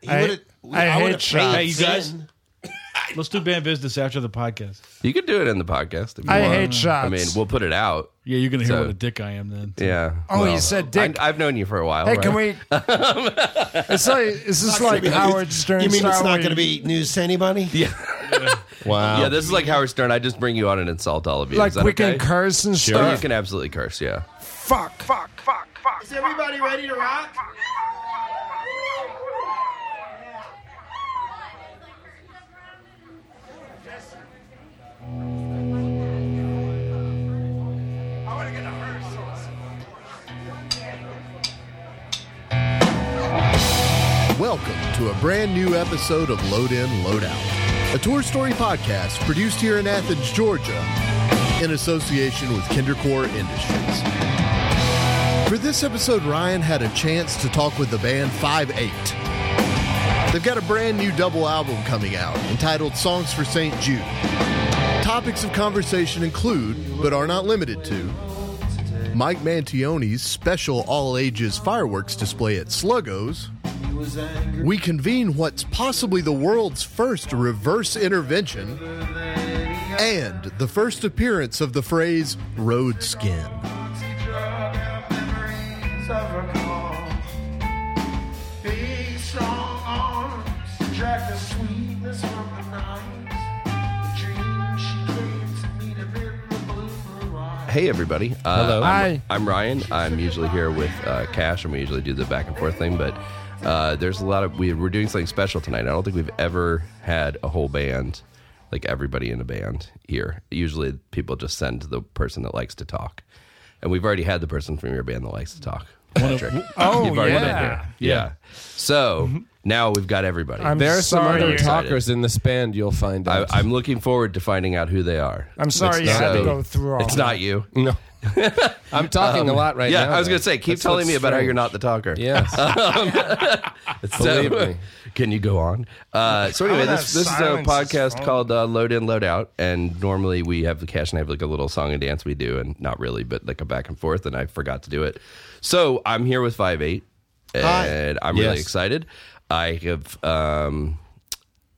He I- would've- I hate would've shots. paid Hey, you guys. 10. Let's do band business after the podcast. You could do it in the podcast. If you I want. hate shots. I mean, we'll put it out. Yeah, you're gonna hear So- what a dick I am then. Yeah. Oh, you said dick. I, I've known you for a while. hey, right? can we? it's like is this like Howard Stern? You mean it's style not where going to you- be news to anybody? Yeah. wow. Yeah, this is like Howard Stern. I just bring you on and insult all of you. like is that we can okay? curse and Oh, you stuff? can absolutely curse. Yeah. Fuck, fuck, fuck, fuck. Is everybody ready to rock? Welcome to a brand new episode of Load In, Load Out, a tour story podcast produced here in Athens, Georgia, in association with Kindercore Industries. For this episode, Ryan had a chance to talk with the band 5 8. They've got a brand new double album coming out entitled Songs for St. Jude. Topics of conversation include, but are not limited to, Mike Mantione's special all ages fireworks display at Sluggo's, we convene what's possibly the world's first reverse intervention and the first appearance of the phrase road skin. Hey, everybody. Uh, Hello. I'm, Hi. I'm Ryan. I'm usually here with uh, Cash, and we usually do the back and forth thing. But uh, there's a lot of we, we're doing something special tonight. I don't think we've ever had a whole band, like everybody in a band here. Usually, people just send the person that likes to talk, and we've already had the person from your band that likes to talk. Patrick, Oh, You've already been yeah. Mm-hmm. here. yeah. So now we've got everybody. I'm There are some sorry. other you- talk- talkers in this band. You'll find I, out. I'm looking forward to finding out who they are. I'm sorry you not had to me. go through all. It's not you. no, I'm talking a lot right Um, yeah, now. I was though. gonna say, keep That's telling what's me about how strange. you're not the talker. Yes, So- believe me. Can you go on? Uh, so anyway, Oh, this, that this is a silence is podcast fun. called uh, Load In, Load Out, and normally we have the cash and I have like a little song and dance we do, and not really, but like a back and forth, and I forgot to do it. So I'm here with Five Eight, and I'm really Yes. excited. I have um,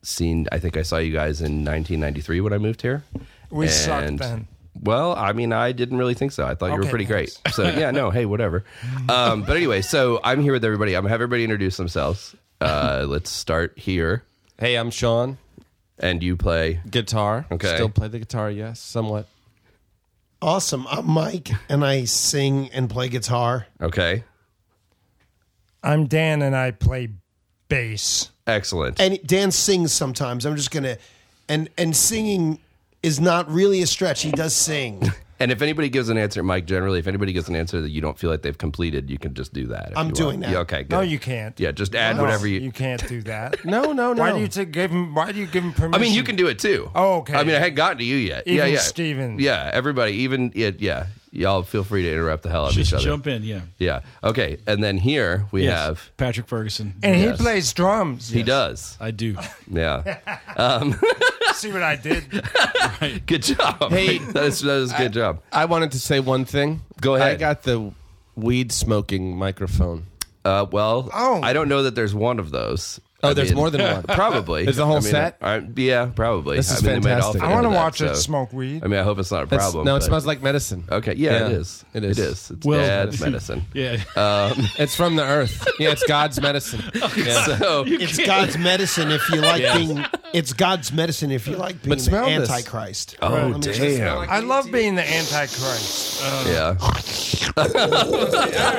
seen. I think I saw you guys in 1993 when I moved here. We sucked then. Well, I mean, I didn't really think so. I thought you were Okay, pretty thanks. great. So yeah, no, hey, whatever. Um, but anyway, so I'm here with everybody. I'm gonna have everybody introduce themselves. Uh, let's start here, hey, I'm Sean. and you play. Guitar. Okay. Still play the guitar? Yes, somewhat. Awesome. I'm Mike, and I sing and play guitar. Okay, I'm Dan, and I play bass. excellent. and Dan sings sometimes. I'm just gonna and and singing is not really a stretch. He does sing. And if anybody gives an answer, Mike, generally, if anybody gives an answer that you don't feel like they've completed, you can just do that. if I'm you doing that. Yeah, okay, good. No, you can't. Yeah, just add No, whatever you. You can't do that. No, no, no. Why do you t- give him? Why do you give him I permission? mean, you can do it too. Oh, okay. I mean, I hadn't gotten to you yet. yeah, Even yeah. Steven. Yeah, everybody. Even yeah, yeah. Y'all feel free to interrupt the hell out of each Just other. jump in, yeah. Yeah. Okay. And then here we Yes. have. Patrick Ferguson. And Yes. he plays drums. He does. I do. Yeah. See what I did? Good job. Hey. that is that is a good job. I wanted to say one thing. Go ahead. I got the weed smoking microphone. Uh, well, Oh. I don't know that there's one of those. Oh, I there's mean, more than one. Probably. There's a whole I mean, set? I- yeah, probably. This is I mean, they might all fantastic. fit I want into to that, watch so- it smoke weed. I mean, I hope it's not a That's, problem. no, it but- smells like medicine. Okay. Yeah, it Yeah. is. It It is. is. It's Well- dad's medicine. Uh, Yeah. It's from the earth. Yeah, it's God's medicine. Yeah. So It's God's medicine if you like Yes. being. It's God's medicine if you like being the smell this. Antichrist. Oh, Let me just- damn. I love being the Antichrist. yeah.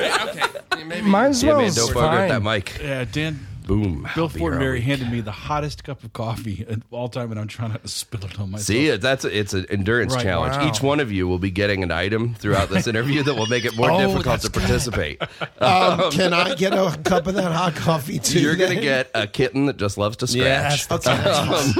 Mine Yeah, man, smells don't bother fine. with that mic. yeah, Dan Boom. Bill I'll be here all Fortenberry week. handed me the hottest cup of coffee of all time, and I'm trying not to spill it on myself. See, it- that's a, it's an endurance Right, challenge. wow. Each one of you will be getting an item throughout this interview that will make it more Oh, difficult that's to good. participate. Um, can I get a cup of that hot coffee too? You're going to then? get a kitten that just loves to Yes. scratch. That's nice.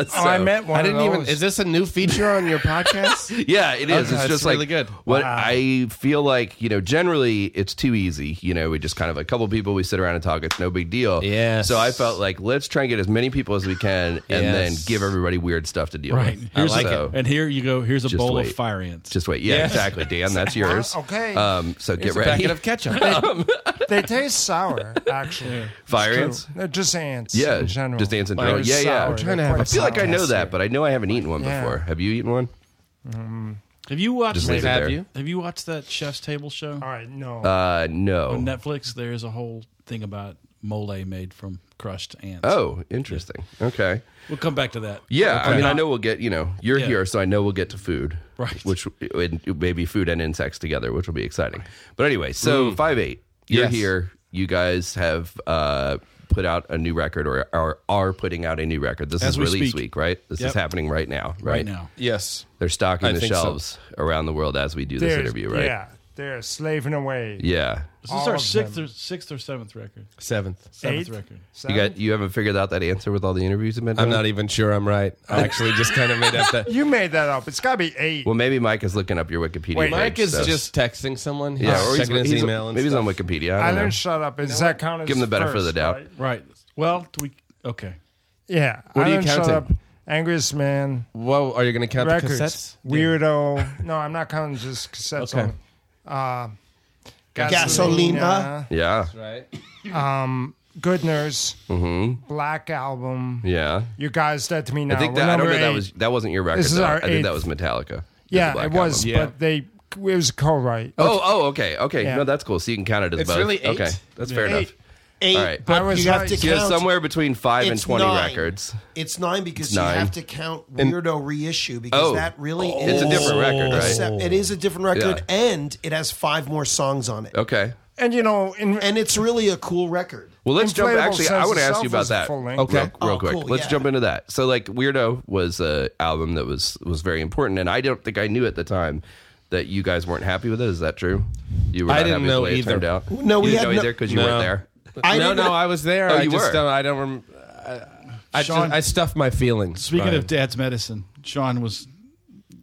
Oh, I met one. I didn't of even. those. Is this a new feature on your podcast? Yeah, it is. Okay, it's that's just really like good. what Wow. I feel like, you know, generally it's too easy. You know, we just kind of a couple people we sit around and talk, it's no big deal. Yes. So I felt like let's try and get as many people as we can and then Yes. give everybody weird stuff to deal Right. with. Here's I like a, it. And here you go. Here's a Just bowl wait. of fire ants. Just wait. Yeah, Yes. exactly. Dan, that's yours. Okay. Um, so It's get a ready. packet of ketchup. They taste sour, actually. It's Fire true. ants? They're just ants. Yeah, in general. just ants in They're general. Yeah, yeah. sour. I'm trying to They're have- I quite feel like I sour. know that, but I know I haven't eaten one Yeah. before. Have you eaten one? Have you watched? Just leave it Have there. you? Have you watched that Chef's Table show All right, no. Uh, on no. Netflix? There's a whole thing about mole made from crushed ants. Oh, interesting. Okay. we'll come back to that. Yeah, I mean, Now- I know we'll get. You know, you're Yeah. here, so I know we'll get to food, Right. Which and maybe food and insects together, which will be exciting. But anyway, so five eight, you're Yes. here. You guys have uh, put out a new record, or are, are putting out a new record. This As is we release speak. week, right? This is Yep. happening right now, right? right now. Yes. they're stocking I the think so. shelves around the world as we do this They're- interview, right? Yeah, they're slaving away. Yeah. This is All our of sixth them. or sixth or seventh record. Seventh. Seventh Eight? record. You got you haven't figured out that answer with all the interviews you've been I'm doing? not e even sure I'm right. I actually just kind of made up that. You made that up. It's got to be eight. Well, maybe Mike is looking up your Wikipedia. Wait, page, Mike is so- just texting someone. He's yeah, or he's, checking his he's- email and maybe stuff. he's on Wikipedia. I I don't know. didn't shut up. Is that count as uh, Give him the benefit first, of the doubt. right? Right. Well, do we? Okay. Yeah. What I are you didn't shut counting? up. Angriest man. Whoa, are you going to count the records. cassettes? Weirdo. no, I'm not counting just cassettes. Okay. Only. Uh, Gasolina. Yeah, Right. Good Nurse. Black Album. yeah. You guys dead to me now. Mm-hmm. I think We're that I don't number know that eight. was that wasn't your record. This is though. our I think that eighth. was Metallica. The Yeah, Black it was, Album. Yeah. but they it was a co-write. Oh, oh, okay, okay. Yeah. No, that's cool. So you can count it as It's both. really eight. Okay, that's fair enough. Eight. Eight, All right. but I was you have right. to Yeah, Yeah, count. somewhere between five and it's twenty nine. records. It's nine because nine. you have to count weirdo reissue because Oh. that really is It's a different record, right? sep- it is a different record, Yeah. and it has five more songs on it, Okay. And you know, in, and it's really a cool record. Well, let's jump. Inflatable Actually, I Says want to ask Itself you about was a that. full length. Real, Okay. real Oh, quick. cool, let's yeah. jump into that. So, like, Weirdo was a album that was was very important, and I don't think I knew at the time that you guys weren't happy with it. Is that true? You were I not didn't happy know with the way either. it turned out. No, You we didn't had know no- either because you No. weren't there. I no, didn't- no, I was there. Oh, I you just were. don't- I don't remember. I, just, Sean- I stuffed my feelings. Speaking Brian. of dad's medicine, Sean was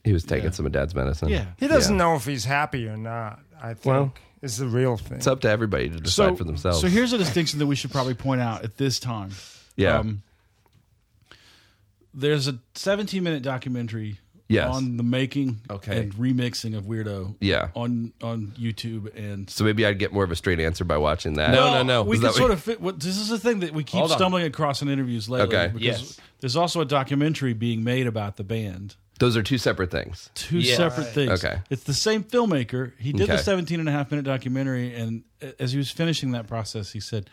He was taking some of Dad's medicine. Yeah. he doesn't know if he's happy or not. I think Well, is the real thing. It's up to everybody to decide for themselves. So here's a distinction that we should probably point out at this time. Um, Yeah. there's a 17 minute documentary Yes. on the making Okay. and remixing of Weirdo Yeah. on on YouTube and So maybe I'd get more of a straight answer by watching that. No, no, no. We Is can that what- sort of fit. What, this is the thing that we keep Hold on. stumbling across in interviews lately. Okay. because Yes. There's also a documentary being made about the band. Those are two separate things. Two Yes. separate things. Okay. It's the same filmmaker. He did the Okay. 17 and a half minute documentary, and a- as he was finishing that process, he said,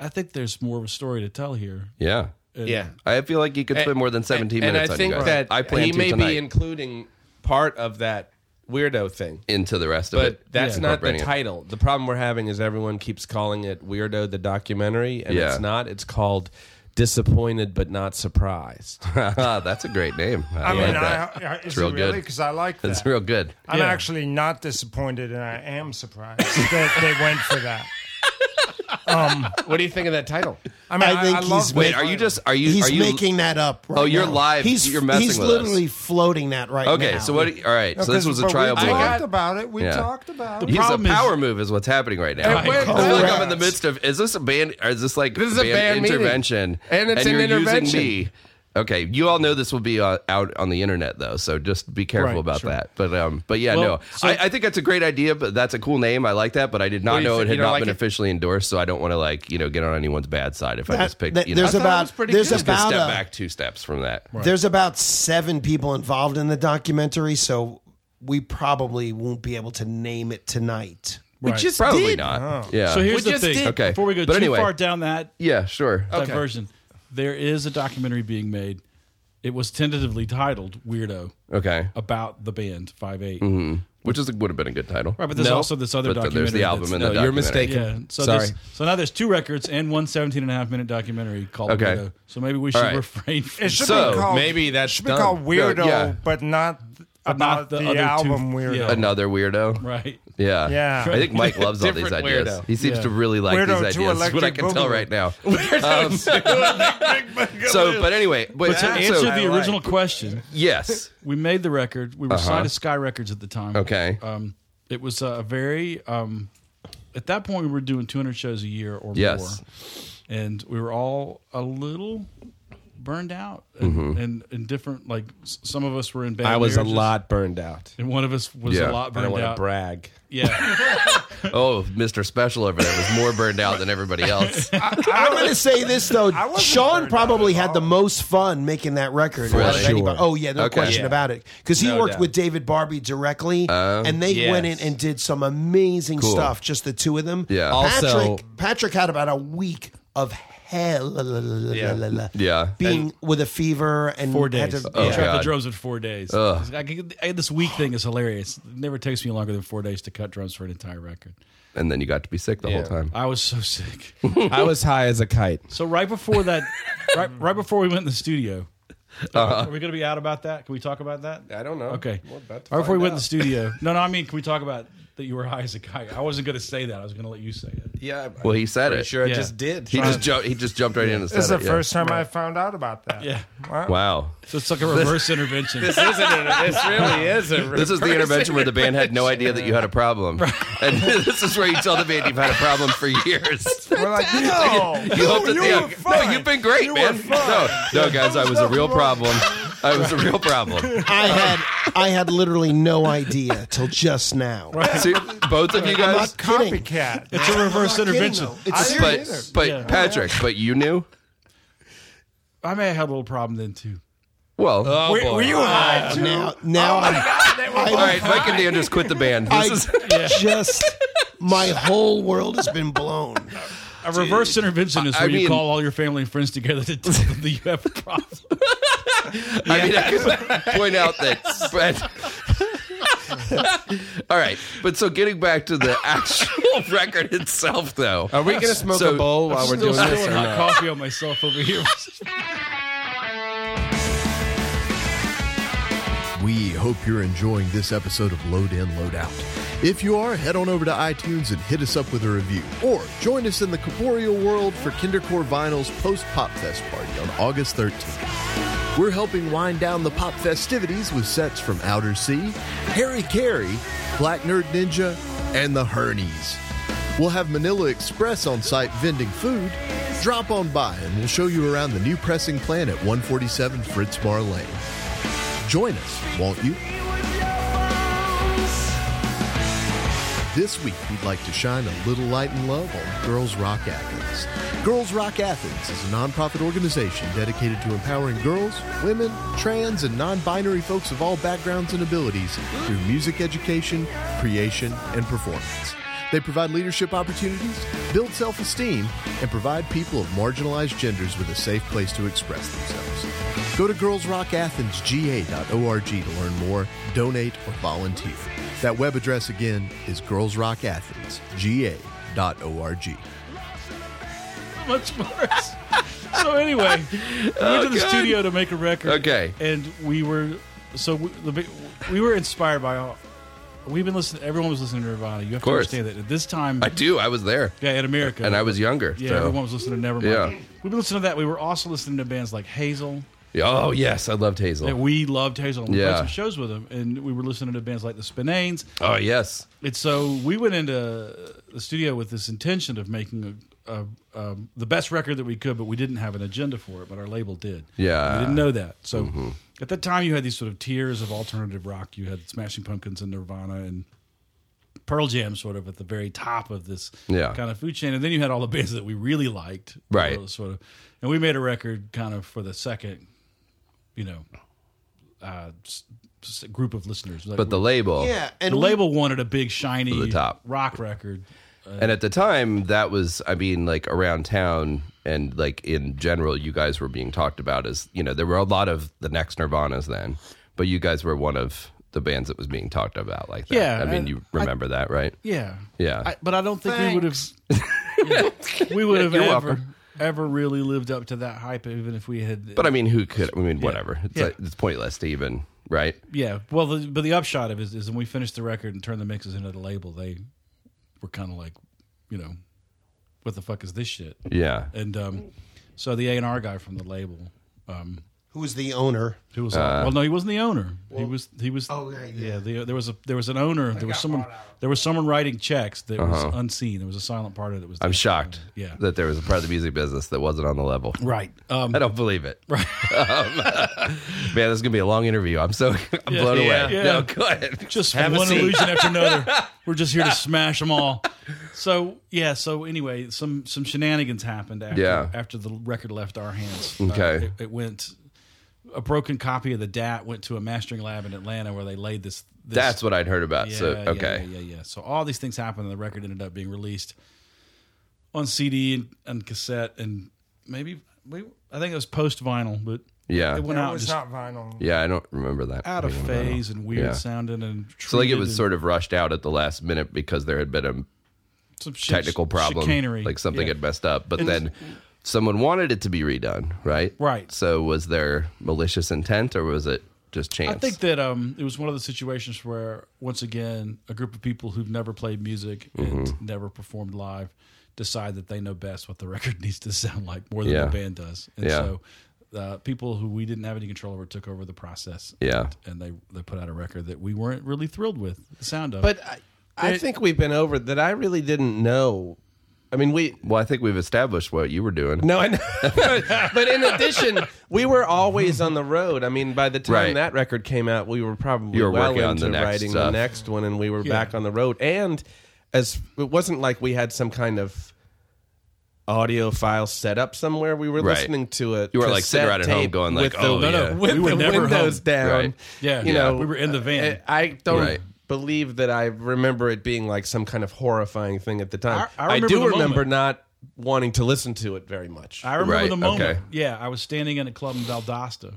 "I think there's more of a story to tell here." Yeah. yeah, I feel like you could spend more than 17 and minutes I on think you guys. that I plan he to may tonight be including part of that weirdo thing. into the rest of But it. that's Yeah. not the Incorporating it. title. The problem we're having is everyone keeps calling it Weirdo the Documentary, and Yeah. it's not. It's called Disappointed But Not Surprised. that's a great name. I, I like mean, I, that. I, is real it really? good. Because I like that. That's real good. I'm Yeah. actually not disappointed, and I am surprised that they went for that. what do you think of that title? I mean, I think I love he's Wait, are you just are you He's are you making that up. Right Oh, you're now. live. He's You're messing he's with us. literally floating that right now. Okay, so what all right. so this was a but trial We talked balloon. about it. We Yeah. talked about it. He's a Problem is- power move is what's happening right now. And wait, I feel Correct. like I'm in the midst of is this a band or is this like This is a band meeting. intervention? And it's you're an intervention. using me. Okay, you all know this will be uh, out on the internet though, so just be careful Right, about sure. that. But um, but yeah, Well, no, so- I, I think that's a great idea. But that's a cool name. I like that. But I did What not do you know think? it You had don't not like been it? officially endorsed, so I don't want to like you know get on anyone's bad side if I just picked. that- you know, there's I thought it about was pretty there's good. Just about step a- back two steps from that. There's about seven people involved in the documentary, so we probably won't be able to name it tonight. We Right. just Probably did. not. Oh. Yeah. So here's We the just thing. did. Okay. Before we go But too anyway. far down that yeah, sure. diversion, there is a documentary being made. It was tentatively titled Weirdo Okay. about the band Five Eight. Which is would have been a good title. Right, but there's No. also this other But then documentary. there's the that's- album and No, the you're documentary. mistaken. Yeah. So Sorry. there's- So now there's two records and one 17 and a half minute documentary called Okay. Weirdo. So maybe we should right. refrain from It should So, be called, maybe that's should be done. called Weirdo, yeah. but not about not the, the other two- album Weirdo. yeah. Another weirdo. right. Yeah. Yeah. I think Mike loves all these Different ideas. weirdo. He seems Yeah. to really like Weirdo these to ideas. That's what I electric can tell boogaloo. right now. Um, so, but anyway, but But to answer so, the original question, yes, we made the record. We were signed to Sky Records at the time. Uh-huh. Okay. Um, it was a very um, at that point we were doing 200 shows a year or Yes. more, and we were all a little burned out and, Mm-hmm. and, and different. Like s- some of us were in bad. I was a marriages, lot burned out. and one of us was Yeah. a lot I burned don't want out. to brag. yeah. oh, Mr. Special over there was more burned out than everybody else. I'm going to say this though. wasn't Sean burned out probably at had the all. most fun making that record. out of sure. anybody. Oh yeah, no Okay. question Yeah. about it. Because he worked doubt. with David Barbie directly, and they yes. went in and did some amazing Oh. Cool. stuff. Just the two of them. Yeah. Patrick, Also- Patrick had about a week of hell. Yeah. Being with a fever and Four had days. to- Oh, I tried God. the drums in four days. I could- I- this week thing is hilarious. It never takes me longer than four days to cut drums for an entire record. And then you got to be sick the whole time. I was so sick. I was high as a kite. So right before that, right, right before we went in the studio, are we going to be out about that? Can we talk about that? I don't know. Okay. Uh-huh. We're about to Right before we went find in out. the studio. No, no. I mean, can we talk about that you were high as a kite? I wasn't going to say that. I was going to let you say it. Yeah. Well, he said it. sure I Yeah. just did. He just jumped. He just jumped right in and said This is the it, yeah. first time I found out about that. Yeah. Wow. So it's like a reverse intervention. isn't it? This really is a This is the intervention where the band had no idea that you had a problem, and this is where you tell the band you've had a problem for years. We're like, no, You hope that you they- were fine. no, you've been great, You were man. No, fine. no, guys, I was a real problem. I was a real problem. I had I had literally no idea till just now. See, both of you guys, Kidding. copycat. it's a reverse Kidding, intervention. though. It's a- but but Patrick, but you knew. I may have had a little problem then too. Well, Were, were you high too? Uh, Oh now now I'm all right, Mike and Dan just quit the band. This is I just my whole world has been blown. A reverse intervention is I- where I you mean- call all your family and friends together to tell them that you have a problem. I mean, I could point out that. Brad- All right, but so getting back to the actual record itself, though, Are we going to smoke So- a bowl while we're Still doing this? spilling or hot not? coffee on myself over here. We hope you're enjoying this episode of Load In, Load Out. If you are, head on over to iTunes and hit us up with a review. Or join us in the corporeal world for Kindercore Vinyl's post Pop Fest party on August 13th. We're helping wind down the pop festivities with sets from Outer Sea, Harry Carey, Black Nerd Ninja, and the Hernies. We'll have Manila Express on site vending food. Drop on by and we'll show you around the new pressing plant at 147 Fritz Mar Lane. Join us, won't you? This week, we'd like to shine a little light and love on Girls Rock Athens. Girls Rock Athens is a nonprofit organization dedicated to empowering girls, women, trans, and non binary folks of all backgrounds and abilities through music education, creation, and performance. They provide leadership opportunities, build self esteem, and provide people of marginalized genders with a safe place to express themselves. Go to girlsrockathensga.org to learn more, donate, or volunteer. That web address again is girlsrockathensga.org. much worse. so anyway, we went to the Oh, God. studio to make a record. Okay. and we were so we, the, big- we were inspired by all. We've been listening. Everyone was listening to Nirvana. You have to course. understand that at this time, I do. I was there, yeah, in America, and I was younger. yeah, so- everyone was listening to Nevermind. Yeah. we've been listening to that. We were also listening to bands like Hazel. Oh yes, I loved That Hazel. we loved Hazel. and We Yeah. played some shows with them, and we were listening to bands like the Spinanes. Oh yes, And so we went into the studio with this intention of making a, a, um, the best record that we could, but we didn't have an agenda for it, but our label did. Yeah. Mm-hmm. We didn't know that. So at that time, you had these sort of tiers of alternative rock. You had Smashing Pumpkins and Nirvana and Pearl Jam sort of at the very top of this Yeah. kind of food chain. And then you had all the bands that we really liked. you Right. know, Sort of. And we made a record kind of for the second, you know, uh, s- s- group of listeners. Like, but the label. Yeah, and and the we- label wanted a big shiny the top. rock record. And at the time, that was, I mean, like around town and like in general, you guys were being talked about as, you know, there were a lot of the next Nirvanas then, but you guys were one of the bands that was being talked about like that. Yeah, I mean, I- you remember that, right? Yeah, Yeah. I, but I don't think we would have. Yeah, we would have You're ever welcome. ever really lived up to that hype, even if we had. But I mean, who could, I mean, whatever. It's, Yeah. like, it's pointless to even, right? yeah, well, the, but the upshot of it is, is when we finished the record and turned the mixes into the label, they were kind of like, you know, what the fuck is this shit? Yeah. And um, so the A and R guy from the label um, who was the owner? Who was? Uh, well, no, he wasn't the owner. he was. He was. Oh, yeah, yeah. the, there was a there was an owner. There was someone. There was someone writing checks that was unseen. There was a silent part of it that was. Uh-huh. I'm shocked Yeah. that there was a part of the music business that wasn't on the level. Right. Um, I don't believe it. Right. man, this is gonna be a long interview. I'm so I'm blown away. Yeah. No, go ahead. just Have a one seat. illusion after another. We're just here to smash them all. So yeah. So anyway, some some shenanigans happened after Yeah. after the record left our hands. Uh, Okay. it, it went. A broken copy of the DAT went to a mastering lab in Atlanta where they laid this. this That's what I'd heard about. so yeah, okay. yeah, yeah, yeah. So all these things happened, and the record ended up being released on CD and, and cassette, and maybe we, I think it was post vinyl, but Yeah. it Yeah. went No, out it's just not vinyl. I don't remember that. out of being on vinyl. phase and weird Yeah. sounding, and So like it treated was and sort of rushed out at the last minute because there had been a some sh- technical problem, chicanery, like something Yeah. had messed up. But And- then someone wanted it to be redone, right? Right. So was there malicious intent or was it just chance? I think that um, it was one of the situations where, once again, a group of people who've never played music Mm-hmm. and never performed live decide that they know best what the record needs to sound like more than Yeah. the band does. And Yeah. so, uh, people who we didn't have any control over took over the process. Yeah. And, they, they put out a record that we weren't really thrilled with the sound of. But I, I think we've been over that. I really didn't know. I mean, we Well, I think we've established what you were doing. No, I know. but in addition, we were always on the road. I mean, by the time Right. that record came out, we were probably You were well working into on the next writing stuff. the next one, and we were Yeah. back on the road. And as it wasn't like we had some kind of audio file set up somewhere, we were Right. listening to it. You weren't, like, sitting around at home going, like, "Oh, the, No, no, yeah." with we were the never windows home. down. Right. yeah, you know, we were in the van. I, I don't. Right. Believe that I remember it being like some kind of horrifying thing at the time. I- I remember do the remember moment. not wanting to listen to it very much. I remember Right, the moment. okay. Yeah, I was standing in a club in Valdosta,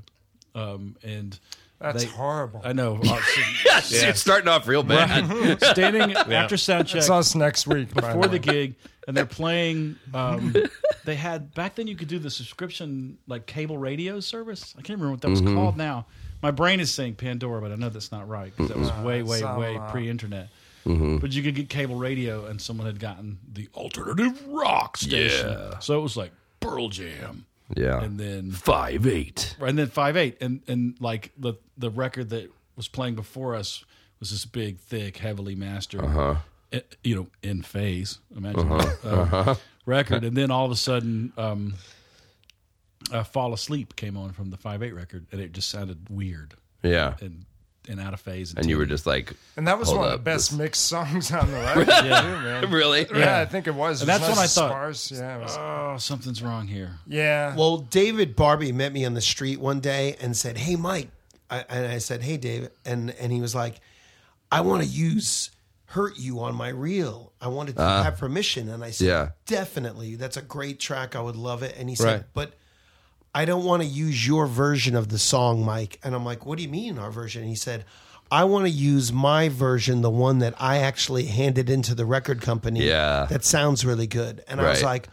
um, and That's they- horrible. I know. Uh, It's starting off real bad. standing after sound check. It's us next week. by before the the way. gig, and they're playing. Um, they had back then you could do the subscription like cable radio service. I can't remember what that was called now. My brain is saying Pandora, but I know that's not right because that was way, way, some, way uh, pre-internet. But you could get cable radio, and someone had gotten the alternative rock station. So it was like Pearl Jam, yeah. and then Five eight. and then five eight, and and like the the record that was playing before us was this big, thick, heavily mastered, Uh-huh. eh, you know, in phase. Imagine that, uh, Uh-huh. record, and then all of a sudden, um, uh, "Fall Asleep" came on from the five eight record, and it just sounded weird Yeah. and and out of phase. And you were just like, and that was Hold one of up, the best this- mixed songs on the record, too, man. really? Yeah, I think it was. And It was that's when less I thought- Sparse. Yeah, it was- oh, something's wrong here. yeah. Well, David Barbie met me on the street one day and said, "Hey, Mike," I, and I said, "Hey, David," and and he was like, "I want to use." Hurt you on my reel. I wanted to have permission, and I said, Uh-huh. Yeah. "Definitely, that's a great track. I would love it." And he Right. said, "But I don't want to use your version of the song, Mike. And I'm like, what do you mean our version? And he said, I want to use my version, the one that I actually handed into the record company. Yeah. That sounds really good. And I was Right. like,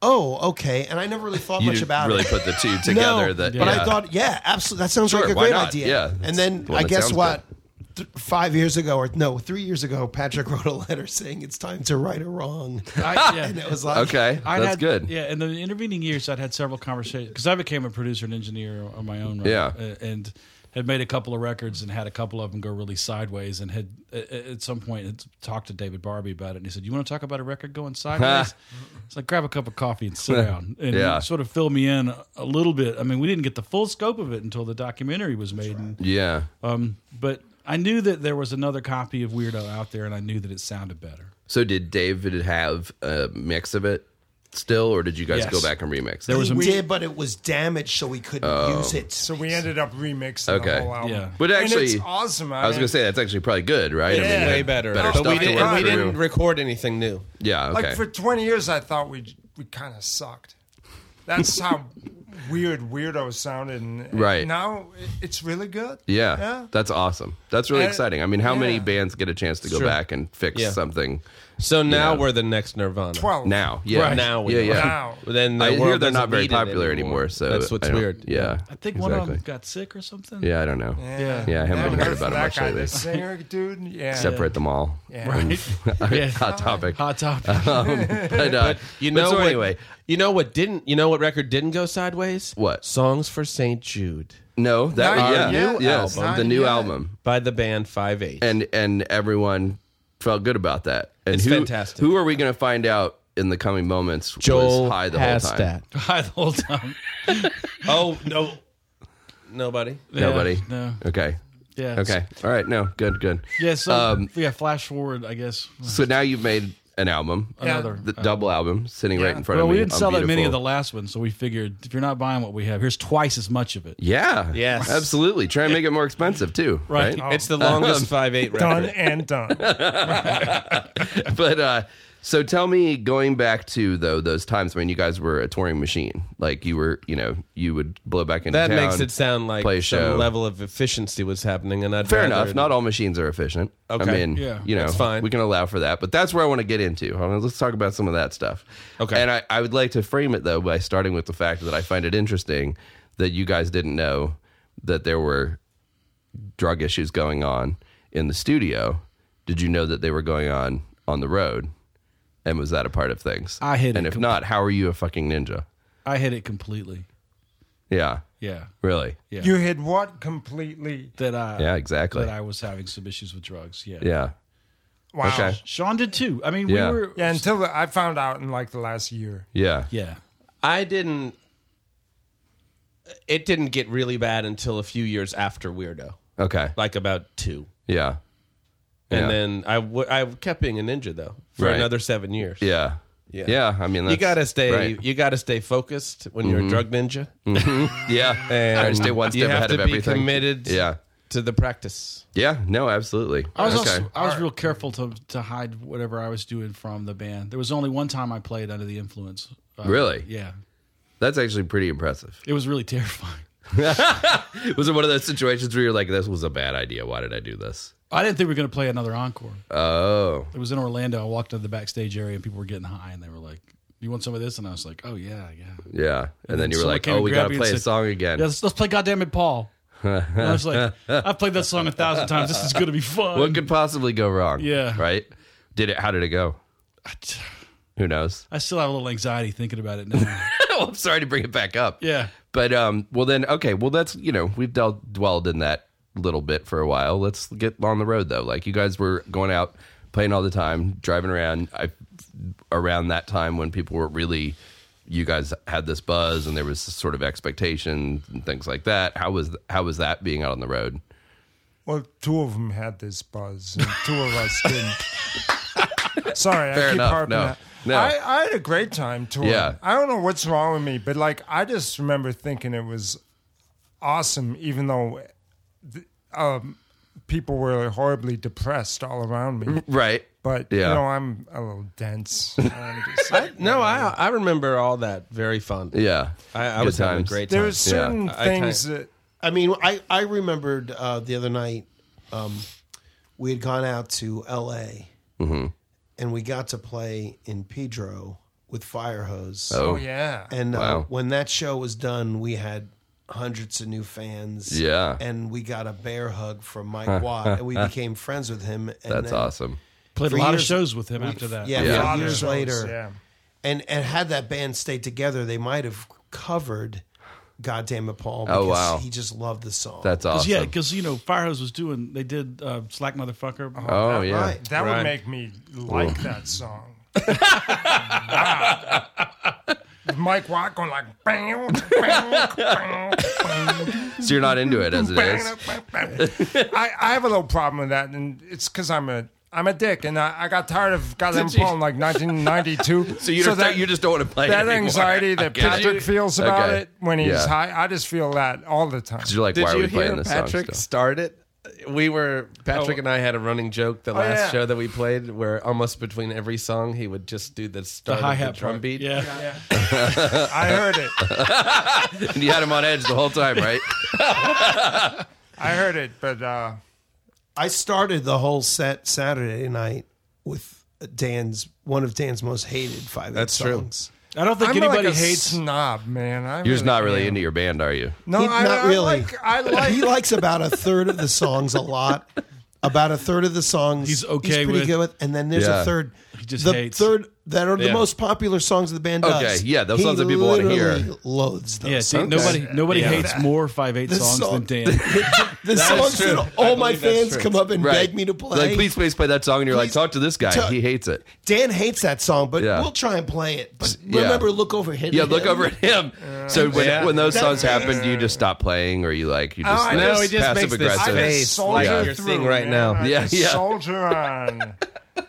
oh, okay. And I never really thought You much didn't about really it. put the two No, together. that, but yeah. I thought, yeah, absolutely. That sounds Sure, like a why great not? idea. Yeah, And it's then the one I that guess sounds what? Th- Five years ago, or no, three years ago, Patrick wrote a letter saying it's time to right a wrong. I, yeah. And it was like, Okay. I that's had, good. Yeah, in the intervening years, I'd had several conversations because I became a producer and engineer on my own. Right? Yeah. Uh, and had made a couple of records and had a couple of them go really sideways. And had uh, uh, at some point had talked to David Barbie about it, and he said, "You want to talk about a record going sideways?" it's like grab a cup of coffee and sit down and Yeah. sort of fill me in a little bit. I mean, we didn't get the full scope of it until the documentary was made. and Yeah. Um, But I knew that there was another copy of Weirdo out there, and I knew that it sounded better. So did David have a mix of it still, or did you guys Yes. go back and remix? There it? was a we did, but it was damaged, so we couldn't Oh. use it. so we ended up remixing Okay. the whole album. Yeah. but And actually, it's awesome. I, I was mean, gonna say that's actually probably good, right? Yeah. I we had way better. Better but stuff we, to didn't, work we through. didn't record anything new. Yeah. Okay. Like for 20 years, I thought we we kind of sucked. That's how weird weirdo sounded. And and Right. now it- it's really good. yeah, yeah. That's awesome. That's really And- exciting. I mean, how many yeah. bands get a chance to go Sure. back and fix Yeah. something So now Yeah. we're the next Nirvana. Twelve. now, yeah, Right. Now we yeah, are. yeah. Now. Then the I hear world they're doesn't not very need it popular anymore. so that's what's I don't- weird. Yeah, I think one of them got sick or something. Yeah, I don't know. Yeah. Yeah, I haven't Never heard about from it that much guy, lately. The singer, dude. Yeah. Separate them all. Yeah. Yeah. Hot topic. Hot topic. But, uh, You but know so what, anyway, You know what didn't? You know what record didn't go sideways? What? songs for St. Jude no, that Not yeah, yet. yes, Not the new yet. album, by the band Five Eight? and and everyone felt good about that. And It's who, fantastic. Who are we going to find out in the coming moments? Joel was high the has whole time. that. High the whole time. Oh no, nobody. Nobody. Yeah, no. Okay. Yeah. Okay. All right. No. Good. Good. Yeah. So Um, yeah, flash forward. I guess So now you've made an album, another. the double album, sitting right in front Uh, Well, of me. we didn't on sell that many beautiful- of the last one, so we figured if you're not buying what we have, here's twice as much of it. Yeah. Yes. Absolutely. Try and make it more expensive too. Right. Right. It's the longest Five Eight Done record. and done. But uh so tell me going back to though those times when you guys were a touring machine. Like you were, you know, you would blow back into That town, makes it sound like play a some show. level of efficiency was happening, and I'd Fair rather- enough. Not all machines are efficient. Okay. I mean, Yeah. you know, That's fine. we can allow for that. But that's where I want to get into. I wanna- Let's talk about some of that stuff. Okay. And I, I would like to frame it, though, by starting with the fact that I find it interesting that you guys didn't know that there were drug issues going on in the studio. Did you know that they were going on on the road? And was that a part of things? I hid And it if com- not, how are you a fucking ninja? I hit it completely. Yeah. Yeah. Really? Yeah. You hit what completely? that I Yeah, exactly. that I was having some issues with drugs. Yeah. Yeah. Wow. Okay. Sean did too. I mean, Yeah. we were Yeah, until the, I found out in like the last year. Yeah. yeah. I didn't. It didn't get really bad until a few years after Weirdo, Okay. like about two, Yeah. and Yeah. then I w- I kept being a ninja though for Right. another seven years. Yeah. Yeah. I mean, that's, you gotta stay. right. Mm-hmm. You gotta stay focused when you're a drug ninja. yeah. gotta stay one you step have ahead to of be everything. committed. Yeah. To the practice. Yeah. No, absolutely. I was okay. also I was real careful to to hide whatever I was doing from the band. There was only one time I played under the influence. Uh, Really? Yeah. That's actually pretty impressive. It was really terrifying. Was it one of those situations where you're like, this was a bad idea. Why did I do this? I didn't think we were going to play another encore. Oh. It was in Orlando. I walked into the backstage area and people were getting high and they were like, "You want some of this?" And I was like, "Oh yeah, yeah." Yeah. And, then you were someone like, came oh, and we grabbed got to me and play a said, song again. Yeah, let's, let's play goddamn it, Paul. And I was like, I've played that song a thousand times. This is going to be fun. What could possibly go wrong? Yeah. Right? Did it? How did it go? Who knows? I still have a little anxiety thinking about it now. well, I'm sorry to bring it back up. Yeah. But um, well then, okay, well that's you know we've del- dwelled in that little bit for a while. Let's get on the road though. Like you guys were going out playing all the time, driving around. I around that time when people were really, you guys had this buzz and there was this sort of expectation and things like that. How was how was that being out on the road? Well, two of them had this buzz, and two of us didn't. Sorry, I Fair keep enough, harping no, on that. no. I, I had a great time touring. Yeah. I don't know what's wrong with me, but like I just remember thinking it was awesome, even though th- um, people were horribly depressed all around me. Right. But Yeah. you know, I'm a little dense. I'm just like, No, I I remember all that very fondly. Yeah. uh, I, I Good was having a times. great time. there were certain I- I things that I mean, I I remembered uh, the other night um, we had gone out to L.A. Mm-hmm. and we got to play in Pedro with Fire Hose. Oh yeah. And uh, Wow. when that show was done, we had hundreds of new fans. Yeah. And we got a bear hug from Mike Watt, and we became friends with him. And That's then- awesome. Played a For lot of years- shows with him after that. Yeah, Yeah. for Other years shows, later. yeah. And and had that band stayed together, they might have covered Goddamn It Paul Oh, because wow. he just loved the song. That's 'Cause, awesome. Yeah, because you know, Firehose was doing. They did uh, Slack Motherfucker. oh yeah. right. That Right. would make me like that song. wow. Mike Watt going like bang, bang, bang, bang, So you're not into it as it is. bang, bang, bang. I, I have a little problem with that, and it's because I'm a I'm a dick, and I, I got tired of goddamn Did you- Paul in like 1992. So you just don't- you just don't wanna play it that anymore. anxiety I that get it. Patrick feels about Okay. it when he's Yeah. high. I just feel that all the time. You're like, Did why are you we playing hear this Patrick song? still? start it? We were Patrick and I had a running joke the last yeah. show that we played, where almost between every song he would just do the the start hi of hat the drum beat. Yeah. I heard it. And you had him on edge the whole time, right? I heard it, but uh, I started the whole set Saturday night with Dan's one of Dan's most hated five. That's true. songs. I don't think I'm anybody like a hates. snob, man. I You're just not am. really into your band, are you? No, He- I, not I really. Like, I like. he likes about a third of the songs a lot. About a third of the songs He's okay pretty with- good with, and then there's Yeah. a third. He just the hates. third that are the Yeah. most popular songs of the band. Okay, does. yeah, those He songs that people wanna hear. literally Loathes those. Yeah, see, songs. nobody nobody hates more five eight This songs song- than Dan. The songs that all my fans come up and beg me to play. Like, please, please play that song. And you're like, Please- talk to this guy. Ta- he hates it. Dan hates that song, but Yeah. we'll try and play it. But Yeah. remember, look over him. Yeah, look over at him. So when, Yeah. when those That- songs happen, do you just stop playing, or you like you Oh, just I like, know, he just passive makes this aggressive? I face. just like soldier you're through, seeing right man. now. I Yeah, just yeah. Soldier on.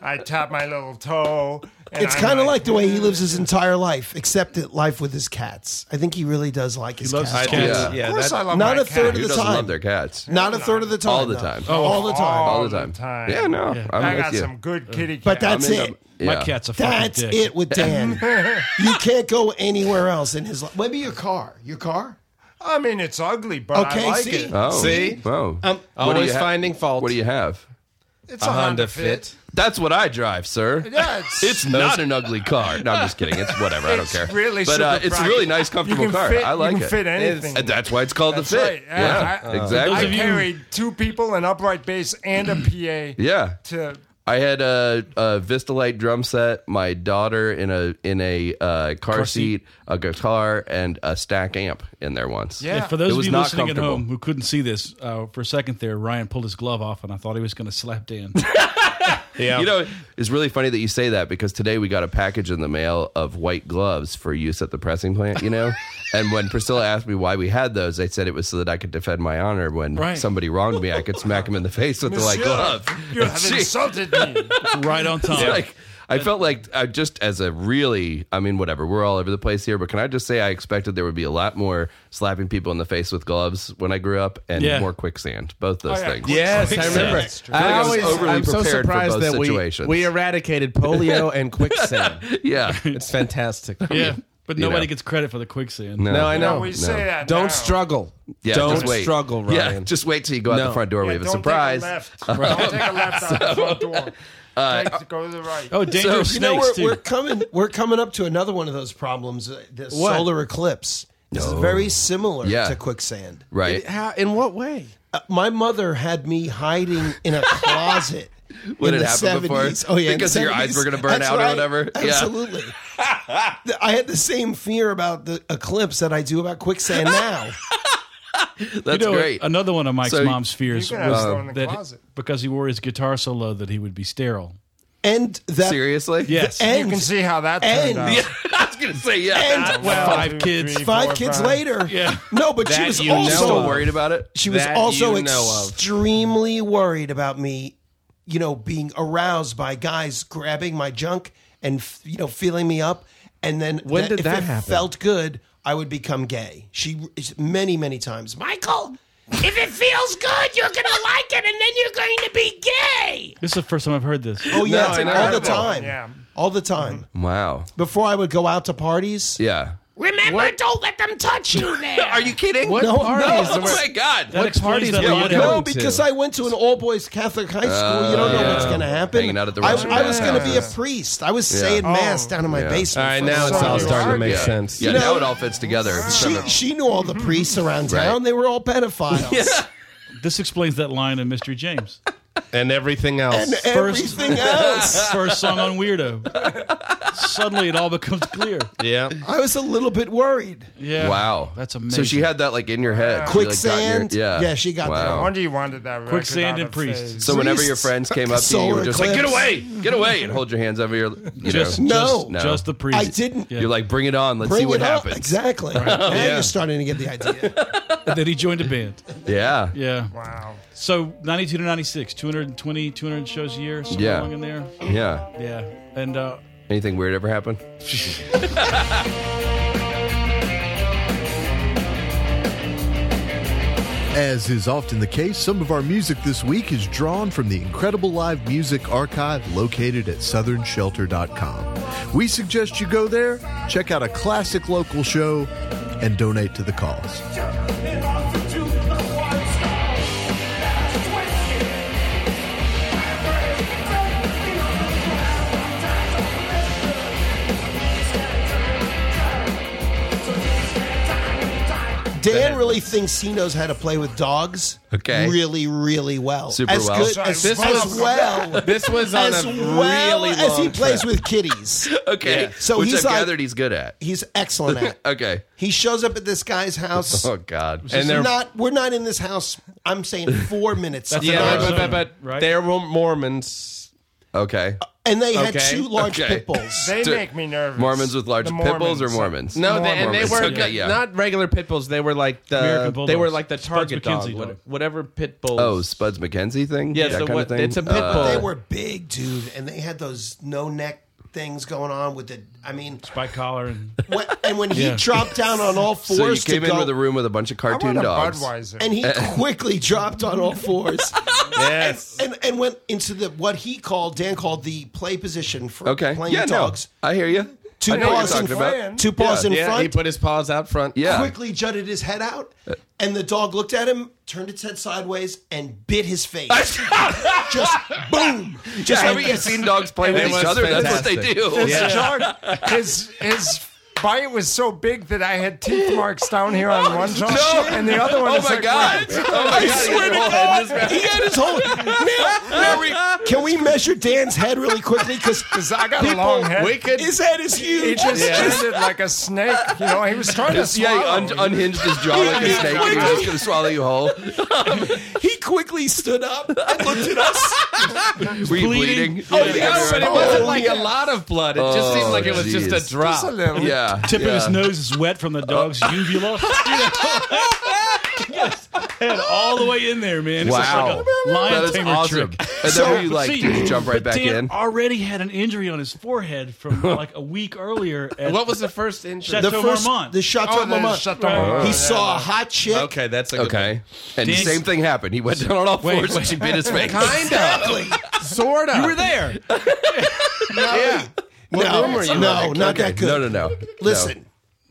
I tap my little toe. and It's I'm kind of like the way he lives his entire life, except that life with his cats. I think he really does like his loves cats. his cats. Yeah. Of course, that- I love Not my a third cat. of Who the doesn't time. love their cats? Not a third of the time. All the though. time. Oh. all the time. all the time. Yeah, no, I'm I with got you. some good kitty cat. But that's into- it. Yeah. My cat's a fucking That's dick. it with Dan. you can't go anywhere else in his life. Maybe your car. Your car? I mean, it's ugly, but Okay, I like see? it. Oh, See? Oh, I'm do always you finding fault. What do you have? It's a Honda Fit. That's what I drive, sir. Yeah, it's, It's not an ugly car. No, I'm just kidddding. It's whatever. I don't It's care. really but uh, super it's a practical. really nice, you comfortable can car. fit. I like you can it. fit anything. And that's why it's called That's the fit. right. Yeah, Yeah, uh, I- exactly. I of you- carried two people, an upright bass and a PA. yeah, To I had a, a Vistalite drum set, my daughter in a in a uh, car, seat, a guitar, and a stack amp in there once. Yeah. And for those It of was you not listening at comfortable. home who couldn't see this, uh, for a second there, Ryan pulled his glove off, and I thought he was going to slap Dan. Yeah. You know, it's really funny that you say that because today we got a package in the mail of white gloves for use at the pressing plant, you know? and when Priscilla asked me why we had those, I said it was so that I could defend my honor when Right. somebody wronged me, I could smack him in the face with the white glove. You have She- insulted me. right on time. It's like I felt like I just as a really I mean whatever we're all over the place here but can I just say I expected there would be a lot more slapping people in the face with gloves when I grew up and Yeah. more quicksand both those yeah. things Yes, I remember. That's true. I feel like I was overly I'm so prepared for surprised both that situations. We, we eradicated polio and quicksand. yeah It's fantastic. yeah, but nobody know. gets credit for the quicksand. No, I know. we say that. Don't now. struggle. yeah don't just wait. struggle, Ryan. yeah just wait till you go out No. the front door Yeah, we have a don't surprise Take a left. Don't take a left out the front door. Take- go to the right. Oh, dangerous You snakes know, we're, too. we're coming. We're coming up to another one of those problems. uh, The solar eclipse. This is very similar Yeah. to quicksand. right How, in what way? Uh, my mother had me hiding in a closet. When in it the happened before? 70s. Oh yeah, in Because the your eyes 70s. were gonna burn That's out or right. whatever? Yeah. Absolutely. I had the same fear about the eclipse that I do about quicksand now. that's You know, great Another one of Mike's So- mom's fears You can have was snow in the that closet. because he wore his guitar so low that he would be sterile. And that. seriously Yes. And you can see how that and- turned out. yeah I was gonna say yeah And One, Five two, kids. three, five four, kids five. later. Yeah. No, but she That was you know also still of. worried about it She was That also you know of. extremely worried about me, you know, being aroused by guys grabbing my junk and f- you know feeling me up, and then When did if that it happen? Felt good. I would become gay. She many many times, Michael. If it feels good, you're gonna like it, and then you're going to be gay. This is the first time I've heard this. Oh yeah, it's all the incredible. time. Yeah. All the time. Mm-hmm. wow Before I would go out to parties, yeah Remember, don't let them touch you there. are you kidding What No, parties? no. oh my god That explains parties that do a you lot go No, going of to? because I went to an all boys Catholic high school. you don't know Oh, yeah. what's going to happen. Hanging out at the I, Russian I was going to be a baths. priest. I was saying mass down in my Yeah. basement. Oh. All right, for now the it's all summer. starting to make yeah. sense. Yeah, You now know- it all fits together. She, she knew all the priests around town. They were all pedophiles. This explains that line in Mystery James. And everything else. And everything else. First song on Weirdo. Suddenly it all becomes clear. yeah. I was a little bit worried. Yeah. Wow, That's amazing. So she had that like in your head, She, like, got in your- Quicksand. yeah, Yeah, she got that. No wow. wonder you wanted that record Quicksand out and of priests. phase. So whenever Priests. your friends came up to you, you Solar were just like, "Get eclipse. away, get away!" and hold your hands over your, you Just, know, No. just, No. just the priest. I didn't. Yeah. you're like, "Bring it on, let's Bring see it what up. happens." Exactly. Now you're starting to get the idea. And then he joined a band. Yeah, Yeah. Wow. So 92 to 96, 220, 200 shows a year, something Yeah. along in there. yeah. Yeah. And uh, Anything weird ever happen? As is often the case, some of our music this week is drawn from the incredible live music archive located at southernshelter.com. We suggest you go there, check out a classic local show, and donate to the cause. Dan really thinks he knows how to play with dogs. Okay. really, really well. Super as well. Good, as, This as was- well. This was on as a well really as long he plays trip. with kitties. Okay. So Which he's I've like- gathered he's good at. He's excellent at. it. Okay. He shows up at this guy's house. Oh God. and they're not. We're not in this house. I'm saying four minutes. Yeah, Arizona, but, but, but right? they're Mormons. okay. and they had Okay, two large okay. pit bulls. They Do- make me nervous. Mormons with large The pit bulls or Mormons. Mormons? No, they, and they Mormons. were Okay, not- yeah. not regular pit bulls. They were like the American they were bulldogs. like the Spuds target dog, McKenzie what- dog. whatever pit bulls. Oh, Spuds McKenzie thing. Yeah, that so kind what- of thing. it's a pit Uh, bull. They were big, dude, and they had those no neck things going on with the. I mean, By collar and when, and when he Yeah. dropped down on all fours, so you to came in go- with a room with a bunch of I cartoon want a dogs. Budweiser. and he quickly dropped on all fours. yes. and and went into the what he called Dan called the play position for Okay. playing yeah, the dogs. no. I hear you. Two I know what paws you're in talking about. front. Two paws in yeah, he front. put his paws out front. Yeah. Quickly jutted his head out, Uh, and the dog looked at him, turned its head sideways, and bit his face. Just boom. Just Haven't like you this. seen dogs play with It each was other? That's what they fantastic. do. His jaw- his his bite was so big that I had teeth marks down here on one jaw, and the other one. Oh is my like, god! Oh my god! He had swear a to whole head in his mouth. He had his whole. Now, now, can we measure Dan's head really quickly? Because Because I got a long head. We could his head is He huge. just ended like a snake. You know, he was trying to swallow. Yeah, he un- unhinged his jaw like a snake, and he was just gonna swallow you whole. He quickly stood up and looked at us. Were you bleeding? Oh, yeah, but it wasn't Oh, like a lot of blood. It just Oh, seemed like it was geez. just a drop. Just a little. Yeah. tip yeah. Uh, of his nose is wet from the dog's uvula. Yes. Head all the way in there, man. It's just Wow. like a lion That is tamer awesome. trick. And then were you like, See, did you jump right but back Dan in? Already had an injury on his forehead from like a week earlier. At What was the first injury? Chateau The first, Marmont? the Chateau Oh, the Marmont. Chateau he Marmont, yeah. saw a hot chick. Okay, that's a good Okay. And the Did- same thing happened. He went down on all Wait, fours and wait. she bit his face. Exactly. Sort of. you were there. Yeah. no, room were you in? no, not Okay. that good. No, no, no. Listen,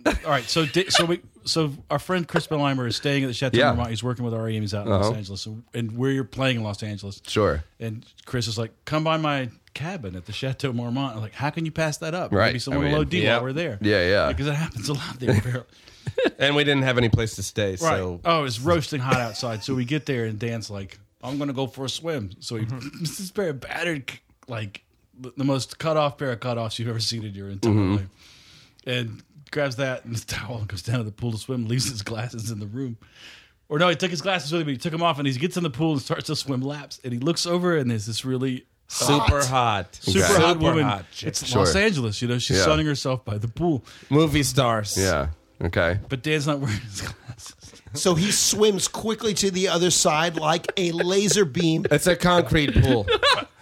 All right, so di- so we so our friend Chris Benheimer is staying at the Chateau Yeah. Uh-huh. Marmont. He's working with REM. He's out in Los Angeles, and, and we're playing in Los Angeles. Sure. And Chris is like, "Come by my cabin at the Chateau Marmont." I'm like, "How can you pass that up? Right. Maybe someone I will mean, OD yeah. while we're there." Yeah, yeah. Because it happens a lot there. apparently. And we didn't have any place to stay, right. so Oh, it's roasting hot outside. So we get there, and Dan's like, "I'm going to go for a swim." So he this is pair of battered, like the most cut off pair of cutoffs you've ever seen in your entire Mm-hmm. life, and grabs that and his towel and goes down to the pool to swim. Leaves his glasses in the room. Or no, he took his glasses with him, but he took them off, and he gets in the pool and starts to swim laps. And he looks over, and there's this really super hot. super hot Super woman. hot chick. it's Los Angeles, you know. She's Yeah. sunning herself by the pool, Movie stars. Yeah. Okay. but Dan's not wearing his glasses. so he swims quickly to the other side like a laser beam, It's a concrete pool.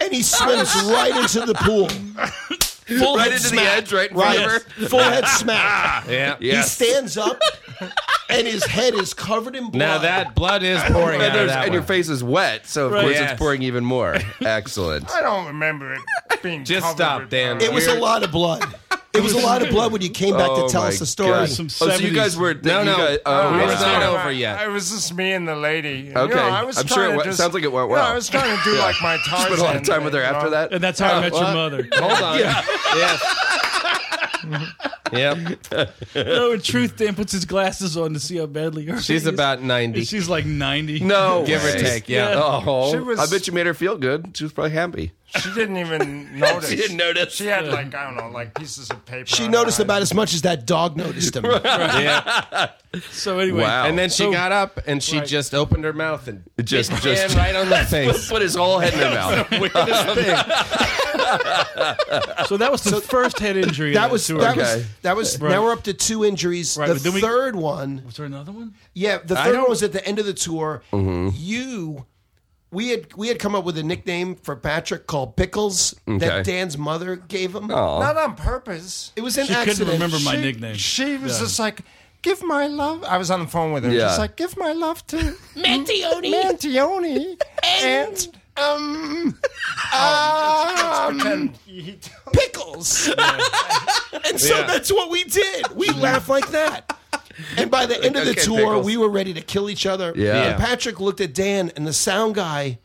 and he swims right into the pool. Full Right head into the smack, edge, right in Right, front of full head smack. yeah. He Yes. stands up, and his head is covered in blood. Now that blood is pouring And, out of there's, that and your one. face is wet, so of course Yes. it's pouring even more. Excellent. I don't remember it being. Just covered stop, with Dan. blood. it was a lot of blood. It was a lot of blood when you came back Oh to tell my us the story. God. Some oh, so you 70s. guys were No, you no. guys- oh, No, wow. it's not over I- yet. It was just me and the lady. And, Okay. you know, I was I'm sure trying it to wa- just- sounds like it went you know, well. I was trying to do like my Tarzan. uh, Spent a lot of time with her you know. after that. Uh, And that's how I met your mother. Hold on. Yes. yep. No, in truth, Dan puts his glasses on to see how badly her She's about 90. She's like ninety. No, Give or way. take, yeah. Yeah. Oh, She was- I bet you made her feel good. She was probably happy. She didn't even notice. She didn't notice. She had like I don't know, like pieces of paper. She on noticed her about as much as that dog noticed him. So anyway, Wow. And then she So- got up and she just opened her mouth and Just, just just right on the face. put his whole head in her mouth. so that was the first head injury. That was tour. that was Okay. that was. Now we're up to two injuries. Right, the but then we- third one, Was there another one? yeah, the third one was at the end of the tour. You, we had we had come up with a nickname for Patrick called Pickles Okay. that Dan's mother gave him. Not on purpose. It was an She accident. couldn't remember my she, nickname. She was just like, "Give my love." I was on the phone with her. Yeah. She's like, "Give my love to Mantione. Mantione and um, um Pickles. and so that's what we did. We laughed like that. And by the end of the Okay, tour, Pickles. we were ready to kill each other. Yeah. And Patrick looked at Dan and the sound guy.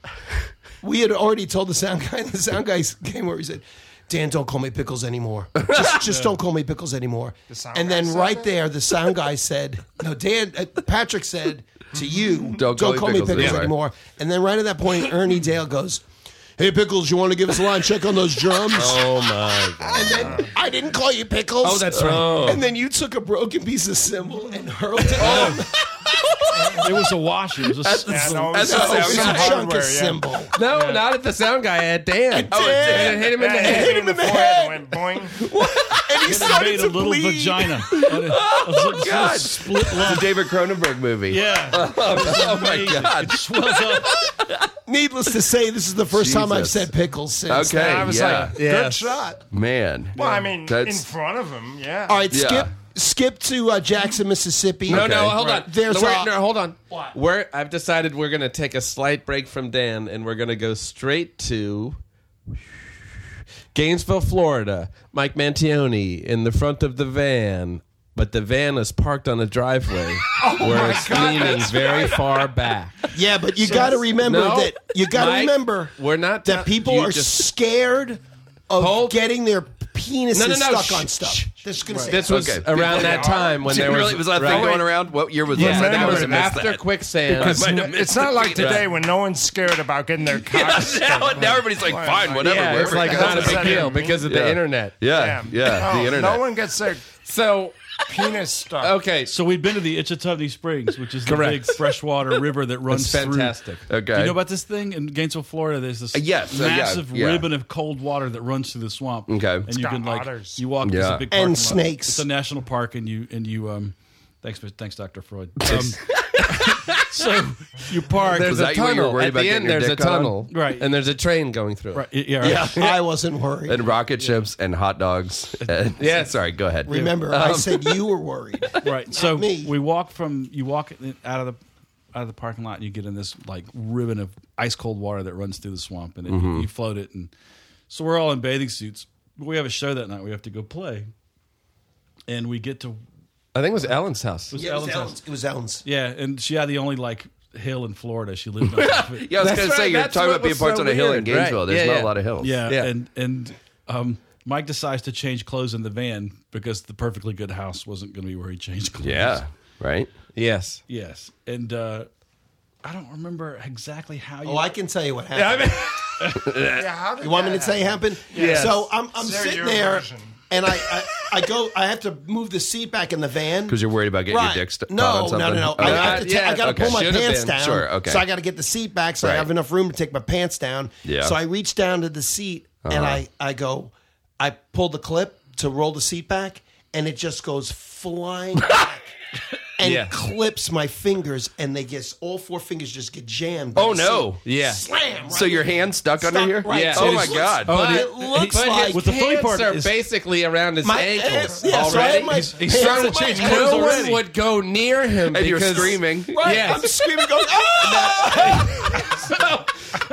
We had already told the sound guy, and the sound guy came over. He said, Dan, don't call me pickles anymore. Just, just don't call me pickles anymore. sound and guy then said right that? there, the sound guy said, "No, Dan." Uh, Patrick said to you, Don't call me pickles anymore." anymore." And then right at that point, Ernie Dale goes, "Hey, pickles, you want to give us a line check on those drums?" Oh my god. And then I didn't call you pickles. Oh, that's right. And then you took a broken piece of cymbal and hurled it. at him. It was a washer. It was a, And it was always- that's- always It was a Yeah. chunk hardware, of yeah. cymbal. No, not at the sound guy. At Dan. Oh, at Dan. And it hit him in the Yeah, head. hit him in the forehead and went boing. And he a, started made a to little bleed. vagina. oh, like, god. Split The lump. David Cronenberg movie. Yeah. Oh my god. Swells up. Needless to say, this is the first time I've Jesus. said pickles since. Okay. I was yeah. like, Yeah. good shot. Man. Well, I mean, in that's front of him, yeah. All right, Yeah. skip skip to uh, Jackson, Mississippi. No, no, Okay. hold on. Right. There's no, wait, a- no, hold on. We're I've decided we're gonna take a slight break from Dan and we're gonna go straight to Gainesville, Florida. Mike Mantione in the front of the van, but the van is parked on a driveway Oh where it's leaning very far back. Yeah, but you got to remember No, that you got to Mike, remember we're not that tell- people you are just- scared of Hold- getting their penises No, no, no, stuck shh, on stuff. shh, Just gonna say This was Okay. around that time when Did there really- was, was that right. thing going around? What year was Yeah, that? that I was must have missed after that. quicksand. I might have missed It's not like that. today when no one's scared about getting their cocks stuck. now, now everybody's like, fine, whatever. yeah, it's wherever like it not a goes. big deal Yeah. because of the Yeah. internet. Yeah, Damn. Oh, yeah, No, the internet. No one gets their So penis stuck. okay, So we've been to the Itchitubbny Springs, which is the Correct. big freshwater river that runs it's through. fantastic. okay. Do you know about this thing in Gainesville, Florida? There's this yes, uh, yeah, massive yeah. ribbon of cold water that runs through the swamp. Okay. and It's you got can like otters. you walk there's Yeah. a big And parking lot. snakes. It's a national park, and you and you um, thanks thanks Dr. Freud. Um, so you park. there's Was a that you when you were tunnel worried at about the getting end. your There's a dick on? tunnel, Right. And there's a train going through. it. right, yeah, right. I wasn't worried. and rocket ships and hot dogs. And, yeah, sorry, go ahead. Uh, remember, I said you were worried. Right. So me. we walk from you walk in- out of the out of the parking lot and you get in this like ribbon of ice cold water that runs through the swamp and it, you float it and so we're all in bathing suits. We have a show that night. We have to go play, and we get to I think it was Ellen's house. Yeah, it was Ellen's. It was Ellen's. yeah, and she had the only like hill in Florida she lived on. top of it. Yeah, I was That's going to say, right, you're that's talking what about being was parked so on a hill in weird, Gainesville. right. There's Yeah, not a yeah. lot of hills. Yeah, Yeah. and and um, Mike decides to change clothes in the van because the perfectly good house wasn't going to be where he changed clothes. Yeah, right? Yes. Yes, and uh, I don't remember exactly how you. Oh, I can tell you what happened. Yeah, how did You want that me to say happen? happen? Yes. So I'm, I'm Say sitting your there, version. and I, I, I go. I have to move the seat back in the van Because you're worried about getting right. your dick stuck no, on something. No, no, no. Okay. I, have to ta- Yeah, I got to okay. pull my Should've pants been. down. Sure, okay. So I got to get the seat back, so I Right. have enough room to take my pants down. Yeah. Uh-huh. So I reach down to the seat, and I, I go, I pull the clip to roll the seat back, and it just goes flying back. And Yeah. clips my fingers, and they get all four fingers just get jammed. by Oh, the no. seat. Yeah. Slam! Right So your hand stuck, under Stuck here? right Yeah. Oh, It my is- God. but he- it looks but like his With the funny pants part are is- basically around his My ankles ass- yeah, so I had already. my he's pants trying in to my change ankles No one already. would go near him And you're because screaming. Right, Yes. I'm screaming, going, ah!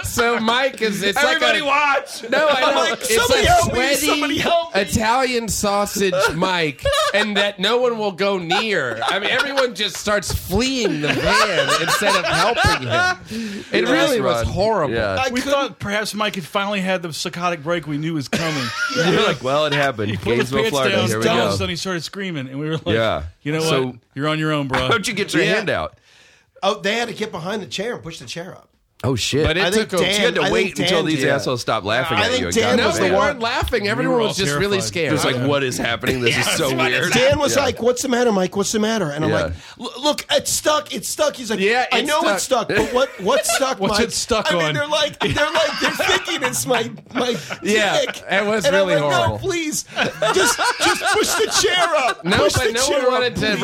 So Mike is it's Everybody like a, watch! No, I know. like, it's "Somebody a help me, sweaty somebody help me." Italian sausage Mike, and that no one will go near. I mean, everyone just starts fleeing the van instead of helping him. It Yes, really Ron. was horrible. Yeah. I we couldn't- thought perhaps Mike had finally had the psychotic break we knew was coming. You're like, well, it happened. Pulled his Gainesville, pants Florida. down, Here we all of go. a sudden he started screaming, and we were like, Yeah. you know So- what? You're on your own, bro. How'd you get your hand out? Oh, they had to get behind the chair and push the chair up. Oh, shit. But it I think took him. Dan- you had to I think wait until Dan these did. assholes stopped laughing I at think you. and Dan got No, was the they Yeah. van. weren't laughing. Everyone were all was just really terrified. scared. It was like, what is happening? This is so weird. Dan was Yeah. like, "What's the matter, Mike? What's the matter?" And I'm Yeah. like, "Look, "Look, it's stuck. It's stuck." He's like, Yeah, I it's know it's stuck. stuck, but what what's stuck? What's Mike? it stuck I mean, on? they're like they're like they're thinking it's my my Yeah, dick. it was and really I'm like, horrible. No, please, just just push the chair up. no, push the but no chair one wanted up, to. please."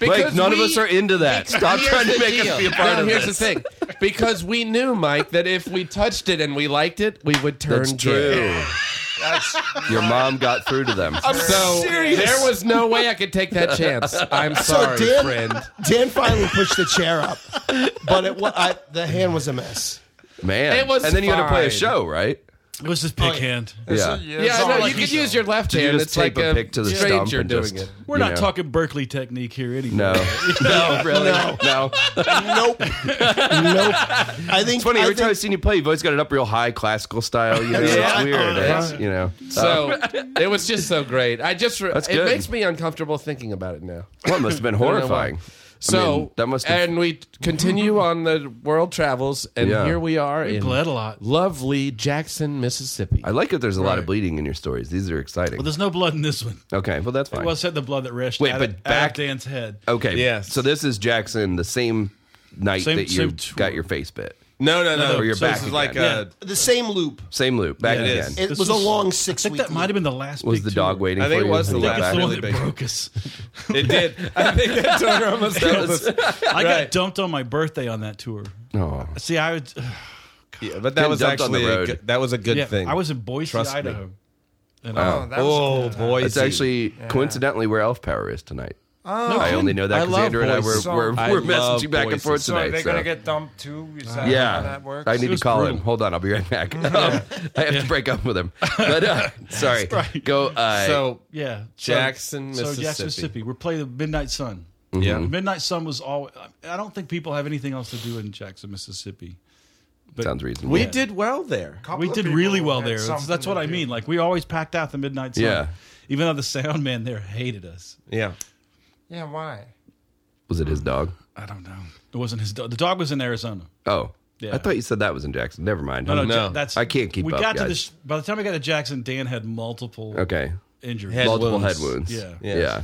Right. Mike, Because none of we- us are into that. Stop Here's trying to the make deal. us be a part No, of here's this. the thing. Because we knew, Mike, that if we touched it and we liked it, we would turn That's gay. true. Your mom got through to them. I'm So serious. there was no way I could take that chance. I'm so sorry, Dan, friend. Dan finally pushed the chair up, but it wa- I, the hand was a mess. Man. It was and then you had to play a fine. show, right? What's this pick hand? Oh, Yeah. Yeah, all no, like you could use your left you hand. just it's tape like a a, pic to the stump stranger and doing just- it. We're You not know. talking Berkeley technique here anymore. No. no, really? No. Nope. nope. I think It's funny, I every think- time I've seen you play, you've always got it up real high, classical style. You know, it's weird. It's, you know. Uh, So it was just so great. I just re- That's it good. makes me uncomfortable thinking about it now. Well, it must have been I don't know why. horrifying. So mean, that must have- and we continue on the world travels, and Yeah. here we are in bled a lot. lovely Jackson, Mississippi. I like that there's a lot of bleeding in your stories. These are exciting. Well, there's no blood in this one. okay, well, that's fine. Well, said the blood that rushed Wait, out, but of, back- Oh, out of Dan's head. okay, Yes. So this is Jackson the same night Same- that you same tour. got your face bit. no, no, no. Or you're Oh, so back this is again. like Yeah. a, the same loop. Same loop, back Yeah, it again. is. It This was, was- a long I six think week. that might have been the last. Was big the tour. dog waiting I think for it you? was the and got last That's back? the one really that big broke us. it did. I think that tour almost killed us. I Right. got dumped on my birthday on that tour. Oh. See, I would, Yeah, but Getting that was dumped on the actually a road. good, that was a good yeah, thing. I was in Boise, Trust me. Idaho. And Uh-huh. Oh, that was, oh boy, It's actually coincidentally where Elf Power is tonight. Oh, I only know that I because love Andrew and I were, Boise. were, I were love messaging back and Boise. forth so tonight. they're so- gonna get dumped too. Is that yeah, how that works? I need to was call brutal. him. Hold on, I'll be right back. Um, I have to break up with him. But uh, sorry, right. go. Uh, So Yeah, so- Jackson, So Jackson, Mississippi. Mississippi. We're playing the Midnight Sun. Mm-hmm. yeah. The Midnight Sun was all. I don't think people have anything else to do in Jackson, Mississippi. sounds reasonable. we did well there. Couple We of did people really well had there. That's, something that's what to I do. mean. Like we always packed out the Midnight Sun. Yeah. Even though the sound man there hated us. Yeah. Yeah, why? Was it his dog? I don't know. It wasn't his dog. The dog was in Arizona. Oh, Yeah. I thought you said that was in Jackson. Never mind. No, no, Um, Ja- that's I can't keep We up, got to guys. this. By the time we got to Jackson, Dan had multiple Okay, injuries. Head multiple wounds. head wounds. Yeah. yeah. Yeah.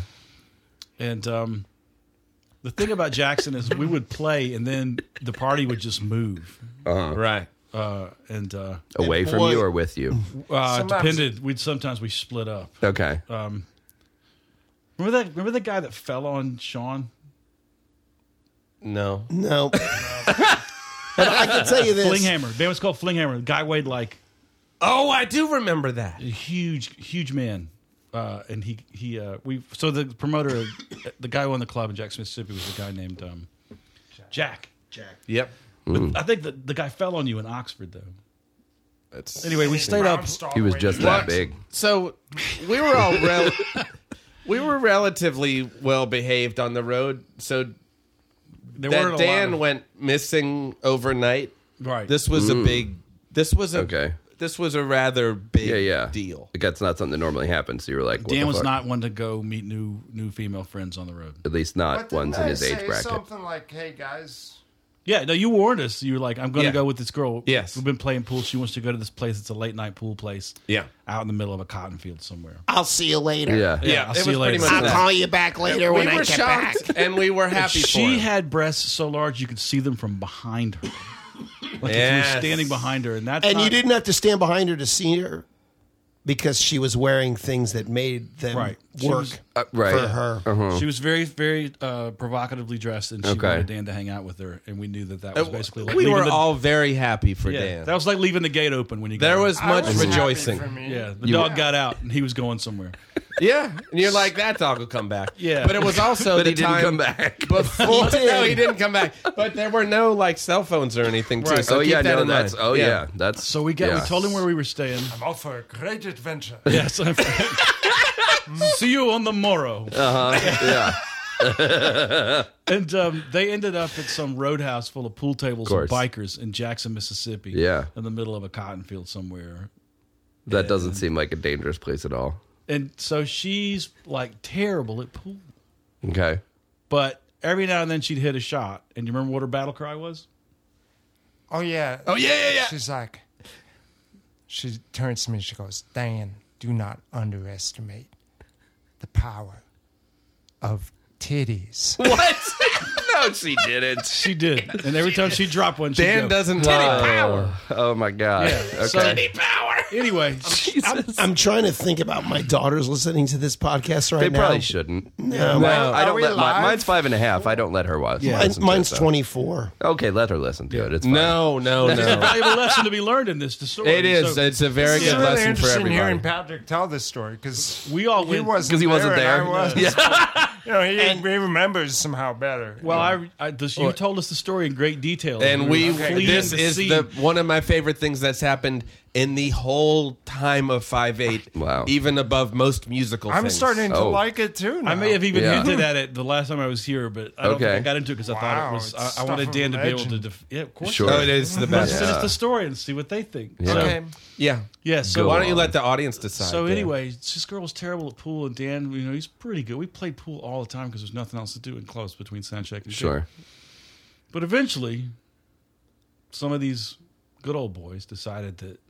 And um, the thing about Jackson is we would play, and then the party would just move. Right. Uh, and uh, Away from boy- you or with you? uh, Sometimes- depended. We'd sometimes we split up. Okay. Uh, Remember that? Remember the guy that fell on Sean? No. no. but I can tell you this. Flinghammer. Band was called Flinghammer. The guy weighed like Oh, I do remember that. a huge, huge man. Uh, and he he uh, we so the promoter, the guy who owned the club in Jackson, Mississippi, was a guy named um, Jack. Yep. Mm. I think the, the guy fell on you in Oxford though. That's Anyway, we stayed up. He was just that big. so We were all rel- we were relatively well behaved on the road. So There weren't that a Dan lot of- went missing overnight. right. This was a big. This was a Hmm. Okay. This was a rather big Yeah, yeah. deal. Like, That's not something that normally happens. So you were like, what the Dan was fuck? not one to go meet new new female friends on the road. At least not ones in his age bracket. Something like, "Hey guys, Yeah, no, you warned us. You were like, "I'm going to Yeah. go with this girl." Yes. we've been playing pool. She wants to go to this place. It's a late night pool place. Yeah. out in the middle of a cotton field somewhere. I'll see you later. Yeah. Yeah, I'll it see was you pretty later. much I'll that. call you back later we when I were get back. shocked and we were happy for She him. had breasts so large you could see them from behind her. Like if you Yes. were standing behind her, and that's And not- you didn't have to stand behind her to see her because she was wearing things that made them Right. She work was- Uh, right. for her. She was very, very uh, provocatively dressed, and she Okay. wanted Dan to hang out with her, and we knew that that was basically like Uh, we leaving were the, all very happy for yeah, Dan. That was like leaving the gate open when you got there home. was I much was happy rejoicing. for me. yeah. The dog got out, and he was going somewhere. Yeah, and you're like that dog will come back. Yeah. but it was also But the he didn't time come back. before. He did. no, he didn't come back. But there were no like cell phones or anything too. oh So keep yeah, that no, in that's mind. oh yeah. that's So we got yeah. we told him where we were staying. I'm off for a great adventure." Yes. See you on the morrow. yeah, And um, they ended up at some roadhouse full of pool tables and course. bikers in Jackson, Mississippi. Yeah. In the middle of a cotton field somewhere. that doesn't seem like a dangerous place at all. And so she's like terrible at pool. Okay, But every now and then she'd hit a shot. And you remember what her battle cry was? Oh yeah. Oh yeah, yeah, yeah. She's like, she turns to me. She goes, "Dan, do not underestimate the power of titties." what? no, she didn't. She did. And every time she dropped one, she'd Dan go, doesn't lie. Oh my god. Yeah. So- Okay, Anyway, I'm trying to think about my daughters listening to this podcast right they now. probably shouldn't. No, I, I don't we let my, live? mine's five and a half. I don't let her watch. mine- listen to mine's it, though. 24. Okay, let her listen to it. It's fine. No, no, no. valuable lesson to be learned in this disorder. It is. So It's a very It's good really lesson for interesting everybody. hearing Patrick tell this story because we all he went. wasn't 'Cause he wasn't and I there. was. You know, he, he remembers somehow better. well, I, I this, you told us the story in great detail, And we were fleeing this the is scene. the one of my favorite things that's happened in the whole time of Five Eight. Wow. Even above most musical. I'm things. starting to Oh. like it too. Now. I may have even Yeah. hinted at it the last time I was here, but I don't Okay. think I got into it because I thought Wow, it was. it's I, I wanted stuff Dan of to be able to. legend. Def- yeah, of course. Sure. Oh, it is the Let's best. finish the story and see what they think. Yeah. So, Okay. Yeah. Yeah. So Why don't you let the audience decide? So Dan? anyway, this girl was terrible at pool, and Dan, you know, he's pretty good. We played pool all the time because there's nothing else to do in close between sound check and shit. Sure. But eventually, some of these good old boys decided that,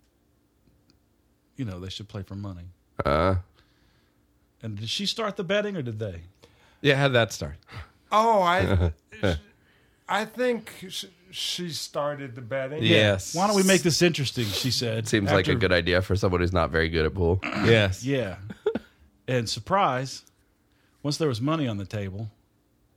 you know, they should play for money. Uh, And did she start the betting, or did they? yeah, how'd that start? Oh, I, I think sh- she started the betting. Yes. Why don't we make this interesting? She said. seems like a after- good idea for someone who's not very good at pool. Yes. Yeah. and surprise, once there was money on the table,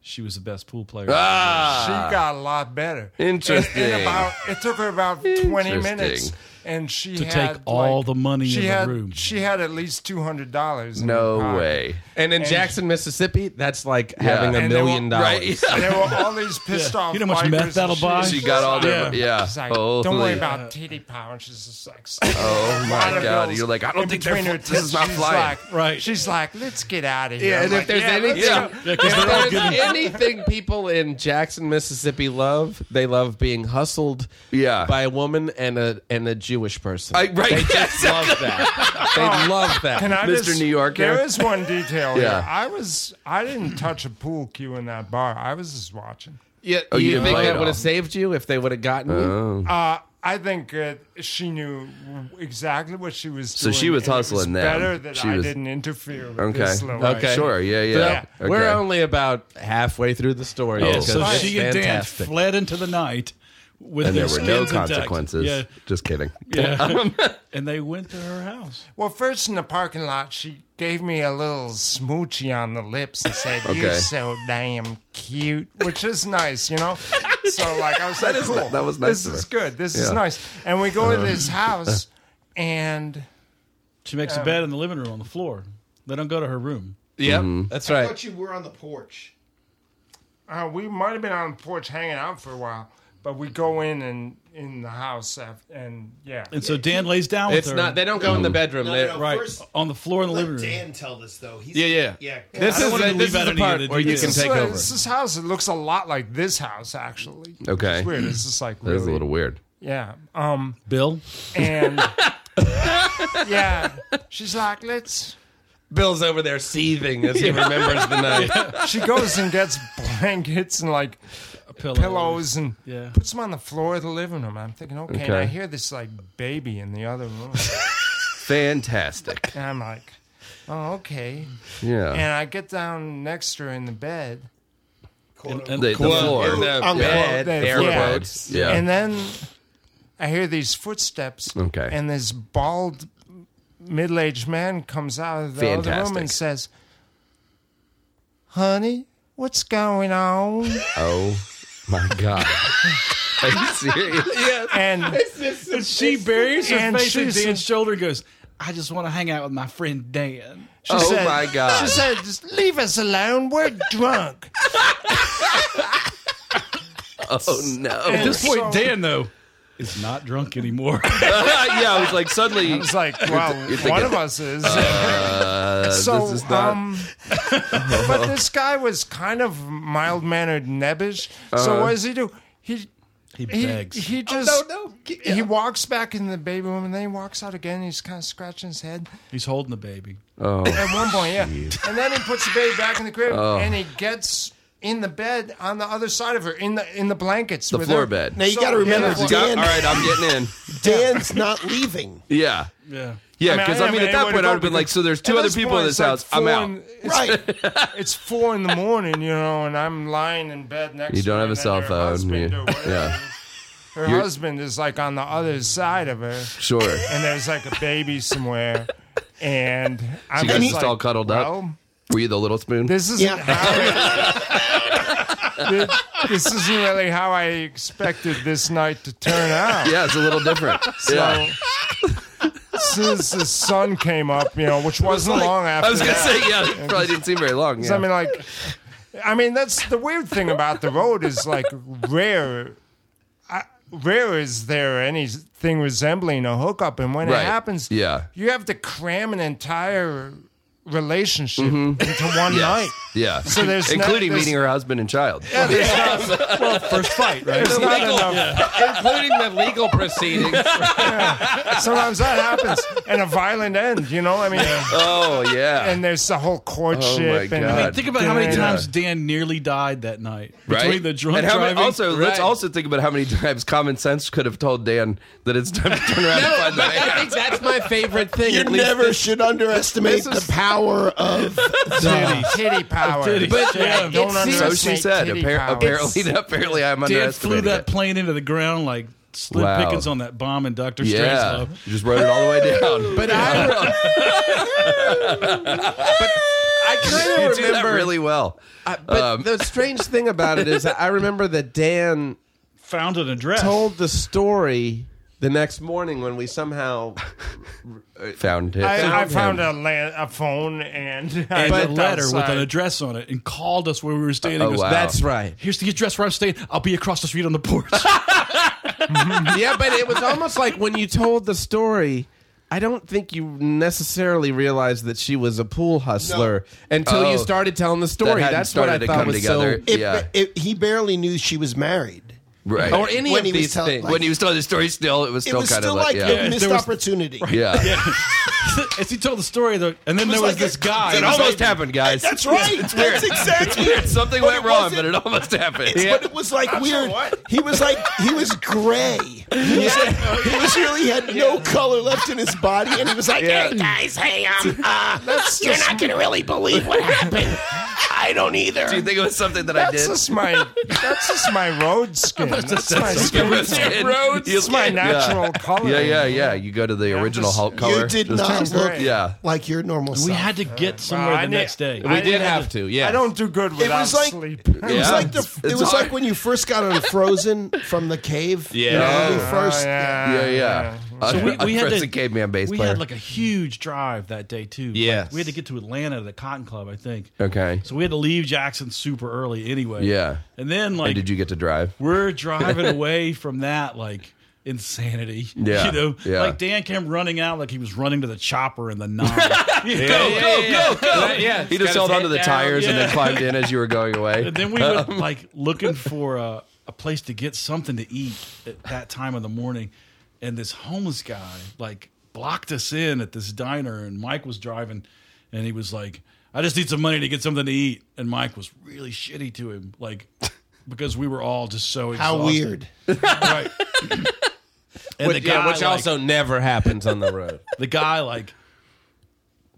she was the best pool player. Ah! She got a lot better. Interesting. In about, it took her about 20 minutes. Interesting. And she To had, take all like- the money she in the had, room. She had at least $200. in her No pocket. way. And in Jackson, Mississippi, that's like having a And they million were- dollars. right, yeah. There were all these pissed off. You know how much meth bikers and that'll she- buy? She got all the yeah. She's like, don't Holy- worry about titty power. And she's just like, Oh my god! You're like I don't think they're between her fl- this is tits, not she's flying. Like, Right. She's like, let's get out of here. Yeah, I'm and if like, there's "Yeah, let's anything, go." Yeah, 'cause they're all if good. there's anything people in Jackson, Mississippi love, they love being hustled Yeah. by a woman and a and a Jewish person. I, right? just love that. They love that. Can I Mr. just- New Yorker. There is one detail. here. Yeah. I was. I didn't touch a pool cue in that bar. I was just watching. Yeah, Oh, you you, didn't think play it that would all. Oh, have saved you if they would have gotten you? Uh, I think uh, she knew exactly what she was. So doing. she was and it hustling them. Better that She I was- didn't interfere. With Okay. This little Okay. Sure. Yeah. Yeah. Okay. Oh. We're only about halfway through the story. Yeah, Yeah, because so it's she and Dan fantastic. fled into the night with And their there were no skins intact. consequences. Just kidding. Yeah, yeah. and they went to her house. Well, first in the parking lot, she gave me a little smoochie on the lips and said, "You're Okay. so damn cute," which is nice, you know. So like I was like, "Cool, that was nice This of is her." good. This is Yeah. Um, nice." And we go to this house, and She makes a bed in the living room on the floor. They don't go to her room. Yep, that's I right. thought you were on the porch. uh, we might have been on the porch hanging out for a while, but we go in and in the house, af- and yeah, And so Dan lays down with It's her not. They don't go in the bedroom. No, They- no, no. right First- on the floor in the living Let room. Dan tell this though. He's, Yeah, yeah. yeah. This I don't is want the, to this leave is out the any of part the where you can details. take So over. It's this house that looks a lot like this house, actually. Okay. It's weird. It's just like That really, was a little weird. yeah. Um, Bill, and yeah, she's like, let's. Bill's over there seething as he remembers the night. She goes and gets blankets and like a pillow. pillows and Yeah. puts them on the floor of the living room. I'm thinking, okay. And I hear this like baby in the other room, Fantastic. and I'm like, oh okay. Yeah. And I get down next to her in the bed, And, The, and the floor. in the yeah. bed, That- air yeah. quotes. Yeah. and then I hear these footsteps. Okay. And this bald middle-aged man comes out of the other room Fantastic. and says, "Honey, what's going on?" oh my god. Are you serious? and and she buries her And face in she's- Dan's shoulder and goes, "I just want to hang out with my friend Dan." She Oh said, my God. She said, "Just leave us alone. We're drunk." Oh At no. this point, Dan though is not drunk anymore. yeah. I was like suddenly. It's like, well, thinking- one of us is. Uh, so, this is not. um, but this guy was kind of mild mannered, nebbish. Uh-huh. so what does he do? He he, he begs. he just he walks back in the baby room and then he walks out again. he's kind of scratching his head He's holding the baby. at one point, yeah. And then he puts the baby back in the crib Oh. and he gets in the bed on the other side of her in the in the blankets, the with floor her. bed. Now you So- got to remember, Yeah, well, Yeah, all Dan. right, I'm getting in. Dan's not leaving. Yeah. Yeah. Yeah, I mean, because I- I, I mean, mean, at it that would've point, I would have gone been like, so there's At two other this people point, in it's this like house. I'm four out. in- it's, Right. it's four in the morning, you know, and I'm lying in bed next. You to don't her have a and cell her phone. husband You- or whatever. yeah, Her You're- husband is like on the other side of her, sure. and there's like a baby somewhere, and I'm you guys just just like, all cuddled up? "Well, Were you the little spoon? This isn't Yeah. how. I- this isn't really how I expected this night to turn out. yeah, it's a little different. yeah. As soon as the sun came up, you know, which wasn't long after I was going to that. say, yeah, it probably didn't seem very long. I Yeah. mean, like, I mean, that's the weird thing about the road is like rare. I, rare is there anything resembling a hookup, and when Right. it happens, Yeah. you have to cram an entire relationship into one night. Yeah. So there's no- including there's- meeting her husband and child. Well, first fight, right? There's not enough. including the legal proceedings. Sometimes that happens, and a violent end. You know, I mean, Oh yeah. and there's the whole courtship. and God. Think about how many Yeah. times Dan nearly died that night Right? between the drunk and how many- driving. also, let's also think about how many times common sense could have told Dan that it's time to turn around and find the I man. think that's my favorite thing. You at least never this- should underestimate the power of titty, titty power. Titty. But Yeah. don't It seems- So underestimate she said. titty appar- power. apparently, apparently, I'm Dan flew underestimating that it. plane into the ground like Slim Wow. Pickens on that bomb in Doctor Yeah, Strangelove. you just wrote it all the way down. But I, but I kind you of do that remember. really well. I- but Um, the strange thing about it is, that I remember that Dan Found an address. told the story the next morning when we somehow. Found it. I, I found him. a, land, a phone and, and I a looked letter with outside. an address on it and called us where we were staying. Oh, and goes, wow. That's right. Here's the address where I'm staying. I'll be across the street on the porch. yeah, but it was almost like when you told the story. I don't think you necessarily realized that she was a pool hustler until Oh. you started telling the That story. hadn't That's what I started to thought come was together. so. It, yeah, it- he barely knew she was married. right. Or any When of he was these telling- things. like- when he was telling the story, still it was It still was kind still of like, like, a yeah, missed There was- opportunity. yeah. As he told the story, though, and then there was like this a- guy. It who was almost like- happened, guys. That's right. It's weird. That's exactly Weird. Something But went it wrong, wasn't- but it almost happened. It's- But it was like weird. He was like he was gray. He was, like, he was really had no color left in his body, and he was like, Hey guys, hey, um, uh, you're not gonna really believe what happened. I don't either. Do you think it was something that I That's did? just my that's just my road skin. That's my skin. Your skin. Your It's my skin. natural color. Yeah, yeah, yeah. You go to the original just- Hulk "You color. did Just- not look gray. Yeah. like your normal We self." had to get somewhere I the need- next day. We did I- have to. Yeah, I don't do good without it was like sleep. it was Yeah. like the, It's- it it's was hard. like when you first got unfrozen from the cave. You know, Yeah. Oh, when you first. Uh, yeah, Yeah, Uh, yeah. So we, we had to, caveman bass we player. had like a huge drive that day too. Like, Yes. we had to get to Atlanta to the Cotton Club, I think. okay. So we had to leave Jackson super early anyway. Yeah. and then like And did you get to drive? we're driving away from that like insanity. Yeah, you know, yeah. like Dan came running out like he was running to the chopper in the nine. You know? go, go, go! yeah. He just held onto the tires and then yeah. climbed in as you were going away. And then we were Um, like looking for a, a place to get something to eat at that time of the morning. And this homeless guy like blocked us in at this diner. And Mike was driving and he was like, I just need some money to get something to eat. And Mike was really shitty to him. Like, because we were all just so How exhausted. weird! Right. and the Which, guy, yeah, which like- also never happens on the road. the guy like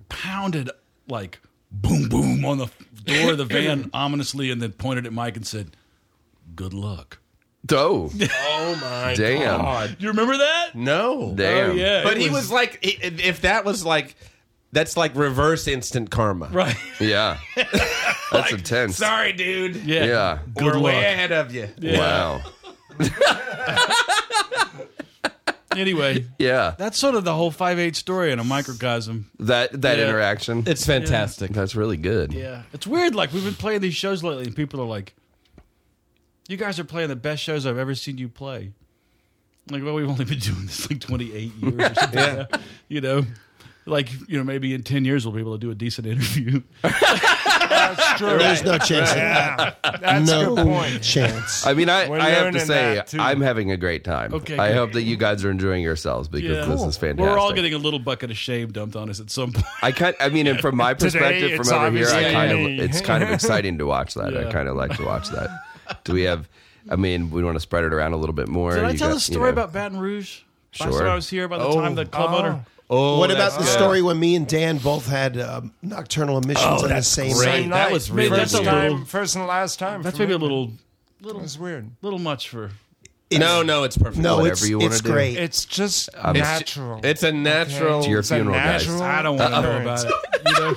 pounded like boom boom on the door of the van ominously and then pointed at Mike and said, Good luck. oh. my Damn. You remember that? No, Damn. Oh, yeah. but it he was like, i- if that was like, that's like reverse instant karma. right. Yeah. That's intense. Sorry, dude. Yeah. Yeah. Good We're way luck. ahead of you. Wow. Anyway, Yeah. that's sort of the whole five eight story in a microcosm. That that Yeah. interaction. It's fantastic. That's really good. Yeah. It's weird. Like we've been playing these shows lately, and people are like, "You guys are playing the best shows I've ever seen you play." Like, well, we've only been doing this like twenty eight years. Or something. yeah. You know, like you know, maybe in ten years we'll be able to do a decent interview. That's true. There's no chance. of that. yeah, that's a No good point. chance. I mean, I, We're I have to learning say, that, too. I'm having a great time. Okay, I good. hope that you guys are enjoying yourselves because Yeah. this Cool. is fantastic. We're all getting a little bucket of shame dumped on us at some point. I kind, I mean, and from my perspective, it's from over here, I obviously kind of, me. it's kind of exciting to watch that. I Yeah. kind of like to watch that. Do we have? I mean, we want to spread it around a little bit more. Did I You tell got- the you story know. about Baton Rouge? Last Sure. time I was here, by the time the club owner. what about the story when me and Dan both had um, nocturnal emissions on the same Same night? night. That was really first weird. time, first and last time. That's for maybe me. a little, It was weird. little much for. No, no, it's perfect. No, Whatever it's you wanna it's do. great. It's just it's- natural. It's a natural. To your It's a funeral, guys. natural I don't want to know about occurrence. it. You know,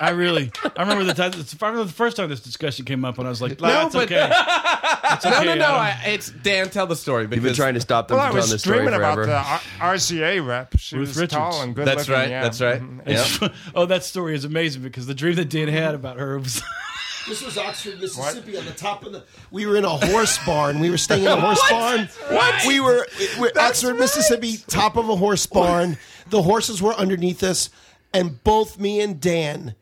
I really, I remember the time. I remember the first time this discussion came up, and I was like, "No, it's but- okay." It's no, okay, no, no. Adam. I, it's Dan. Tell the story. Because You've been trying to stop them Well, I from telling was this story dreaming about forever. the R- RCA rep. She Ruth was Richards. tall and good That's looking. right. yeah. That's right. Mhm. Yeah. oh, that story is amazing because the dream that Dan had about her was This was Oxford, Mississippi, on the top of the. We were in a horse barn. We were staying in a horse barn. What? We were, we were Oxford, Mississippi, top of a horse barn. The horses were underneath us, and both me and Dan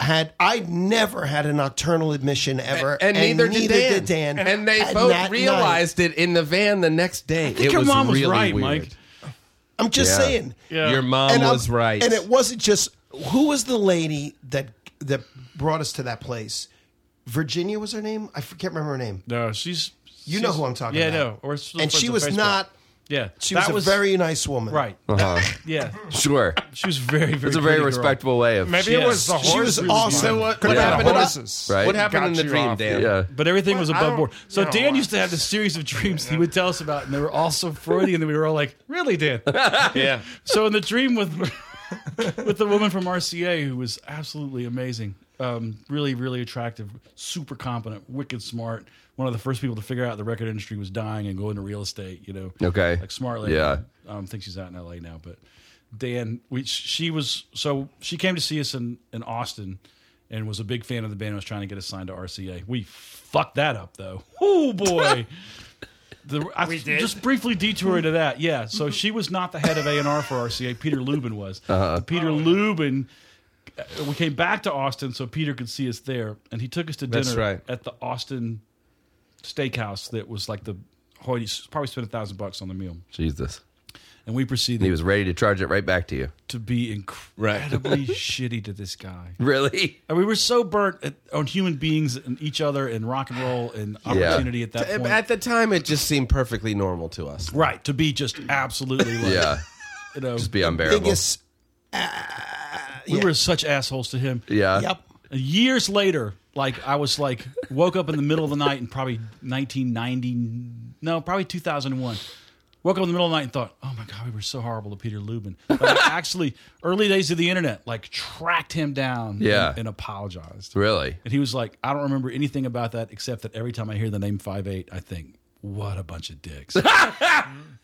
had. I never had a nocturnal admission ever, And, neither, did, Dan. Dan. And they And that both night- realized it in the van the next day. think it your was mom was really right, weird. Mike. I'm just Yeah. saying. Your mom I'm- was right. And it wasn't just who was the lady that that brought us to that place. Virginia was her name. I f- can't remember her name. No, she's. You she's- know who I'm talking yeah, about. no, or still and friends she on was Facebook. not. Yeah, She that was, a very nice woman. right. yeah, Sure. she was very, very. It's a very pretty girl. respectable way of. Maybe it was the horse. She was awesome. we buying. So what- Could've what been happened- horses. Right. What happened in Got the you dream, off. Dan? Yeah. But everything was Well, I above don't- board. So you know, Dan I- used to have this series of dreams he would tell us about, and they were also Freudian. And we were all like, "Really, Dan?" Yeah. so in the dream with with the woman from RCA who was absolutely amazing, um, really, really attractive, super competent, wicked smart. One of the first people to figure out the record industry was dying and go into real estate. You know, Okay. like smart lady. Yeah. um, think she's out in L.A. now, but Dan, we she was so she came to see us in in Austin. And was a big fan of the band. and was trying to get us signed to RCA. We fucked that up though. Oh boy! The, I Just briefly detour to that. Yeah. So she was not the head of A and R for RCA. Peter Lubin was. Uh-huh. But Peter Lubin. uh, We came back to Austin so Peter could see us there, and he took us to dinner That's right. at the Austin steakhouse that was like the hoity. Probably spent a thousand bucks on the meal, Jesus. and we proceeded He was ready to charge it right back to you. to be incredibly shitty to this guy. Really? And we were so burnt at, on human beings and each other and rock and roll and opportunity at that point. At the time, it just seemed perfectly normal to us. right to be just absolutely like, Yeah. you know Just be unbearable. Biggest. We were such assholes to him. yeah. Yep. Years later, like I was like woke up in the middle of the night in probably 1990, no, probably 2001. Woke up in the middle of the night and thought, "Oh my god, we were so horrible to Peter Lubin." But I actually, early days of the internet, like tracked him down, Yeah. and, and apologized. Really? And he was like, "I don't remember anything about that except that every time I hear the name 58, I think, what a bunch of dicks."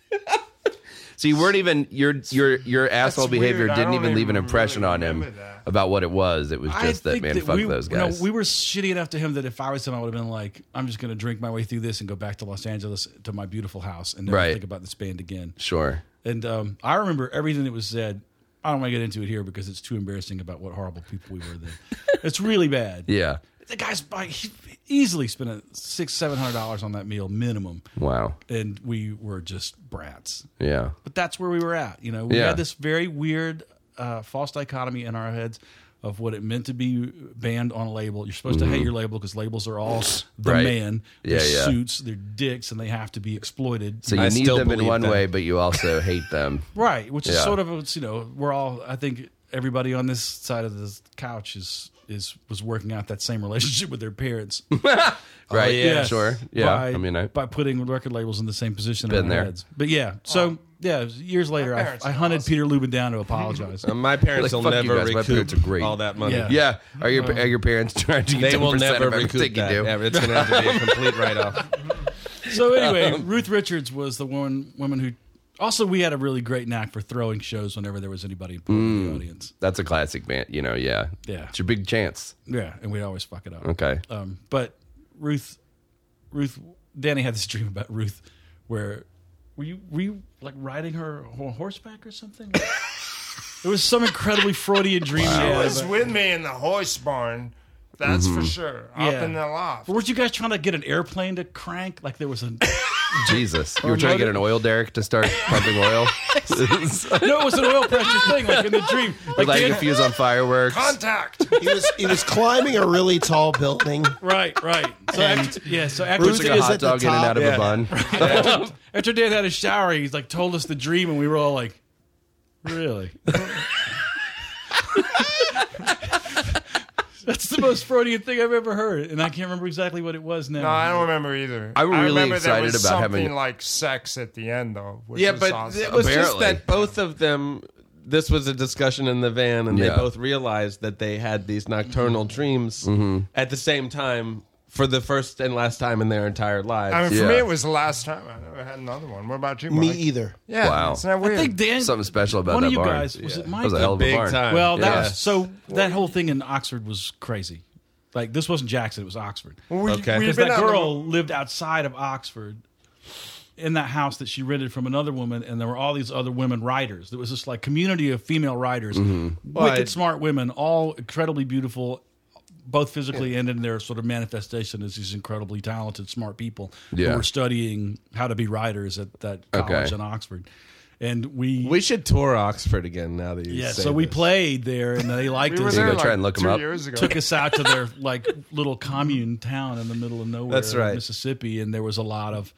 So you weren't even your your your asshole behavior weird. I didn't don't even leave an even impression really on him remember that. about what it was. It was just that think man, fuck we, those no, guys. we were shitty enough to him that if I was him, I would have been like, I'm just going to drink my way through this and go back to Los Angeles to my beautiful house and never Right. think about this band again. sure. And um, I remember everything that was said. I don't want to get into it here because it's too embarrassing about what horrible people we were then. it's really bad. Yeah. The guy's like, he easily spent a six, seven hundred dollars on that meal minimum, Wow. and we were just brats Yeah. but that's where we were at. You know, we Yeah. had this very weird uh, false dichotomy in our heads of what it meant to be banned on a label. You're supposed to hate your label because labels are all the Mm-hmm. Right. man, Yeah, their yeah. suits, their dicks, and they have to be exploited. So you I need still them in believe one that. way, but you also hate them. right, which is Yeah. sort of it's, you know we're all. I think everybody on this side of the couch is is was working out that same relationship with their parents. Oh, Right? yeah. Sure. Yeah. by, I mean, I, by putting record labels in the same position Been in our there. heads. But yeah, so yeah, it was years later, I, Oh. parents I are hunted Peter Lubin down to apologize. My parents Like, will fuck you never guys, my recoup parents are great. all that money. Uh-huh. Yeah. yeah. Are your are your parents charging you They 10% will never of everything recoup that. you do? ever. It's going to have to be a complete write-off. So anyway, Ruth Richards was the woman woman who. Also, we had a really great knack for throwing shows whenever there was anybody important Mm. in the audience. That's a classic band, you know. Yeah, Yeah. It's your big chance. Yeah, and we'd always fuck it up. Okay, Uh, Um, but Ruth, Ruth, Danny had this dream about Ruth, where were you were you like riding her on horseback or something? it was some incredibly Freudian dream. Wow. It was with me in the horse barn. That's for sure. Up Yeah. in the loft. Weren't you guys trying to get an airplane to crank? Like there was a Jesus, you were trying to get an oil derrick to start pumping oil, no, it was an oil pressure thing. Like in the dream, like, lighting a Dan- fuse on fireworks. Contact. He was he was climbing a really tall building. right, right. So after, yeah, so after Ruth It's like a is hot at the dog in and top. out of a Yeah. bun. After Dan had a shower, he's like told us the dream, and we were all like, "Really?" That's the most Freudian thing I've ever heard, and I can't remember exactly what it was now. No, I don't remember either. I'm I really remember there excited was about having- something like sex at the end though. Which Yeah, was but awesome. it was just Apparently. that both of them. This was a discussion in the van, and Yeah. they both realized that they had these nocturnal dreams at the same time for the first and last time in their entire lives. I mean, for Yeah. me, it was the last time I never had another one. What about you, Mike? Me either. Yeah, Wow. Isn't that I weird? think Dan, Something special about one that of you barn. guys was it That Mike? was a hell of a Big barn. time. well, that Yeah. was so that whole thing in Oxford was crazy. Like this wasn't Jackson; it was Oxford. We, Okay. we've Because been that out in the- girl lived outside of Oxford in that house that she rented from another woman, and there were all these other women writers. There was this like community of female writers, wicked Right. smart women, all incredibly beautiful, both physically and in their sort of manifestation as these incredibly talented, smart people Yeah. who were studying how to be writers at that college Okay. in Oxford. And we, We should tour Oxford again now that you yeah, say so we this. played there, and they liked we were us. there go like try and look 'em two up. years ago. took us out to their like little commune town in the middle of nowhere That's right. mississippi and there was a lot of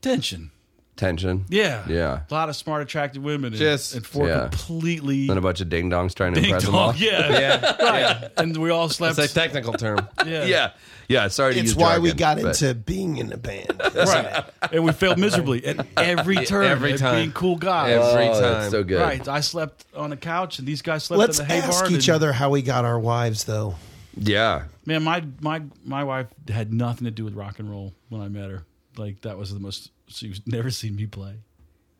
tension Tension. yeah Yeah. a lot of smart attractive women and, Just- and four Yeah. completely Then a bunch of ding dongs trying to big impress them all. dog yeah Yeah, yeah. and we all slept It's a technical term. yeah. yeah, yeah. Sorry to It's use why we jargon, got but- into being in a band. right and we failed miserably at every turn every at time. being cool guys Every Oh, time. that's so good. right i slept on a couch and these guys slept Let's in the hay ask barn each and- other how we got our wives, though. Yeah, Man, my my my wife had nothing to do with rock and roll when I met her. Like that was the most she's never seen me play.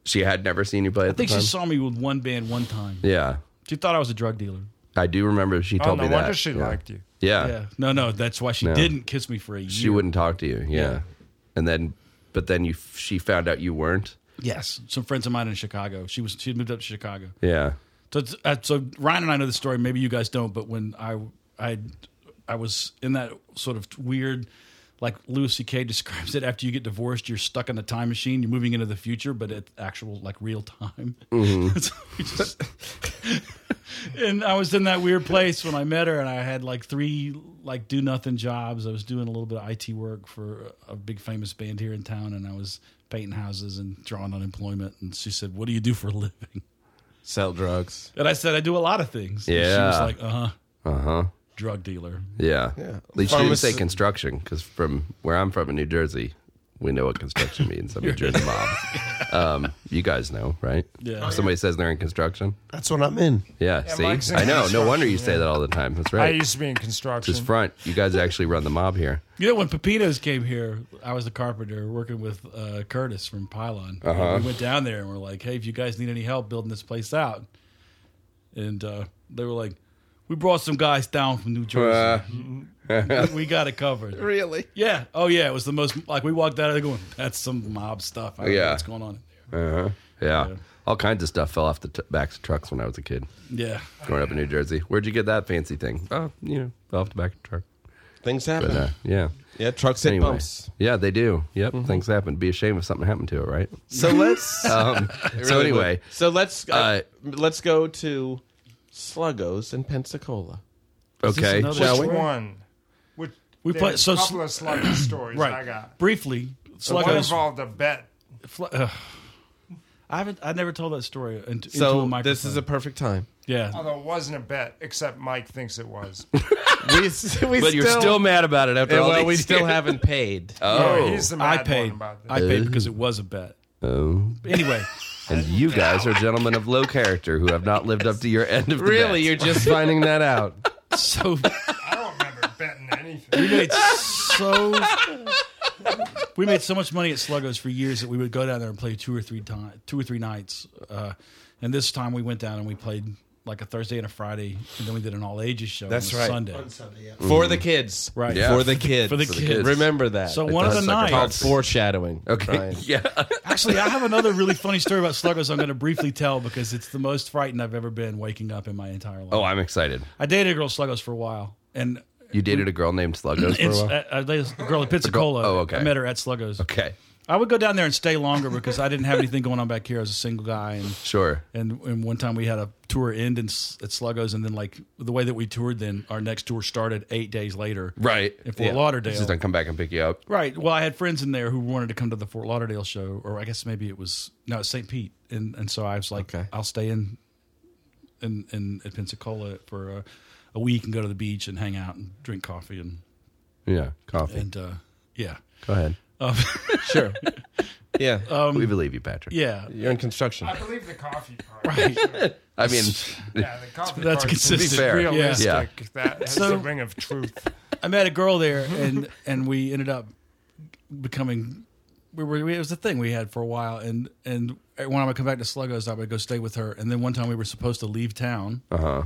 she had never seen you play. At I think the she time. saw me with one band one time. Yeah, She thought I was a drug dealer. I do remember she Oh, told no me that. wonder she yeah. liked you. Yeah. Yeah. No, no, that's why she didn't kiss me for a year. she wouldn't talk to you. Yeah. and then but then you she found out you weren't. Yes. Some friends of mine in Chicago. She was she had moved up to Chicago. Yeah, So it's- uh, so Ryan and I know the story. Maybe you guys don't, but when I I I was in that sort of weird. Like Louis C.K. describes it, after you get divorced, you're stuck in the time machine. You're moving into the future, but at actual like real time. So we just- and I was in that weird place when I met her, and I had like three like do nothing jobs. I was doing a little bit of IT work for a big famous band here in town, and I was painting houses and drawing unemployment. And she said, "What do you do for a living?" Sell drugs. And I said, I do a lot of things. And she was Yeah. like, uh huh, uh huh. drug dealer. Yeah, yeah. At least she didn't say construction because from where I'm from in New Jersey, we know what construction means. I'm a Jersey mob. Um, you guys know, right? Oh, Yeah. If somebody says they're in construction. That's what I'm in. Yeah, Mike's see, in I know. No construction, wonder you say yeah. that all the time. That's I right. used to be in construction. Just front. You guys actually run the mob here. You know, when Pepinos came here, I was the carpenter working with uh, Curtis from Pylon. Uh-huh. We went down there and we're like, hey, if you guys need any help building this place out. And uh, they were like, we brought some guys down from New Jersey. Uh, We- we got it covered. Really? Yeah. Oh, yeah. It was the most, like, we walked out of there going, that's some mob stuff. I don't know Yeah. what's going on in Yeah. Yeah. All kinds of stuff fell off the t- backs of trucks when I was a kid there. Yeah. growing up in New Jersey. Where'd you get that fancy thing? Oh, you know, fell off the back of a truck. Things But happen. uh, yeah. yeah, trucks hit Anyway. bumps. Yeah, they do. Yep. Mm-hmm. Things happen. Be ashamed if something happened to it, right? So let's. Um, so really would. anyway, so let's uh, uh, let's go to Sluggos in Pensacola. this okay. another- Shall Which we? one? Which, We there's play- so a sl- couple of sluggish stories I got. Right. Briefly, One Sluggo's involved a bet. Fl- ugh. I haven't. I never told that story into, into a So microphone. this is a perfect time. yeah. Although it wasn't a bet, except Mike thinks it was. Oh. We, we still, But you're still mad about it after Yeah, all well, these we still years. haven't paid. Oh, he's the I mad paid. one about this. I paid because it was a bet. Oh. Anyway, And you guys are gentlemen of low character who have not lived up to your end of the really, bet. you're just finding that out. so I don't remember betting anything. we made so we made so much money at Sluggo's for years that we would go down there and play two or three time, two or three nights. Uh, and this time we went down and we played like a Thursday and a Friday, and then we did an all ages show. That's on a right. Sunday. For the kids. Right. Yeah. For the kids. For the kids. Remember that. So one of the does suck a nights called foreshadowing. Okay. Brian. Yeah. Actually, I have another really funny story about Sluggos I'm going to briefly tell because it's the most frightened I've ever been waking up in my entire life. Oh, I'm excited. I dated a girl at Sluggos for a while, and You dated a girl named Sluggos for a it's uh, while? I, I dated a girl at Pensacola. oh, okay. I met her at Sluggos. Okay. I would go down there and stay longer because I didn't have anything going on back here. I was a single guy, and Sure. and, and one time we had a tour end in, S- at Sluggos, and then like the way that we toured, then our next tour started eight days later, Right. in Fort Yeah. Lauderdale. She's gonna come back and pick you up. Right. Well, I had friends in there who wanted to come to the Fort Lauderdale show, or I guess maybe it was no, it's St. Pete, and and so I was like, Okay. I'll stay in, in in at Pensacola for a, a week and go to the beach and hang out and drink coffee and Yeah. Coffee. and uh, yeah, Go ahead. Sure. Yeah. we believe you, Patrick. yeah. you're in construction. I believe the coffee part. I mean, Yeah, the coffee That's part. consistent. To be fair. Realistic. Yeah. That has So- the ring of truth. I met a girl there, and and we ended up becoming. We were we, it was a thing we had for a while, and and every time I would come back to Sluggos, I would go stay with her, and Uh-huh. then one time we were supposed to leave town, uh huh.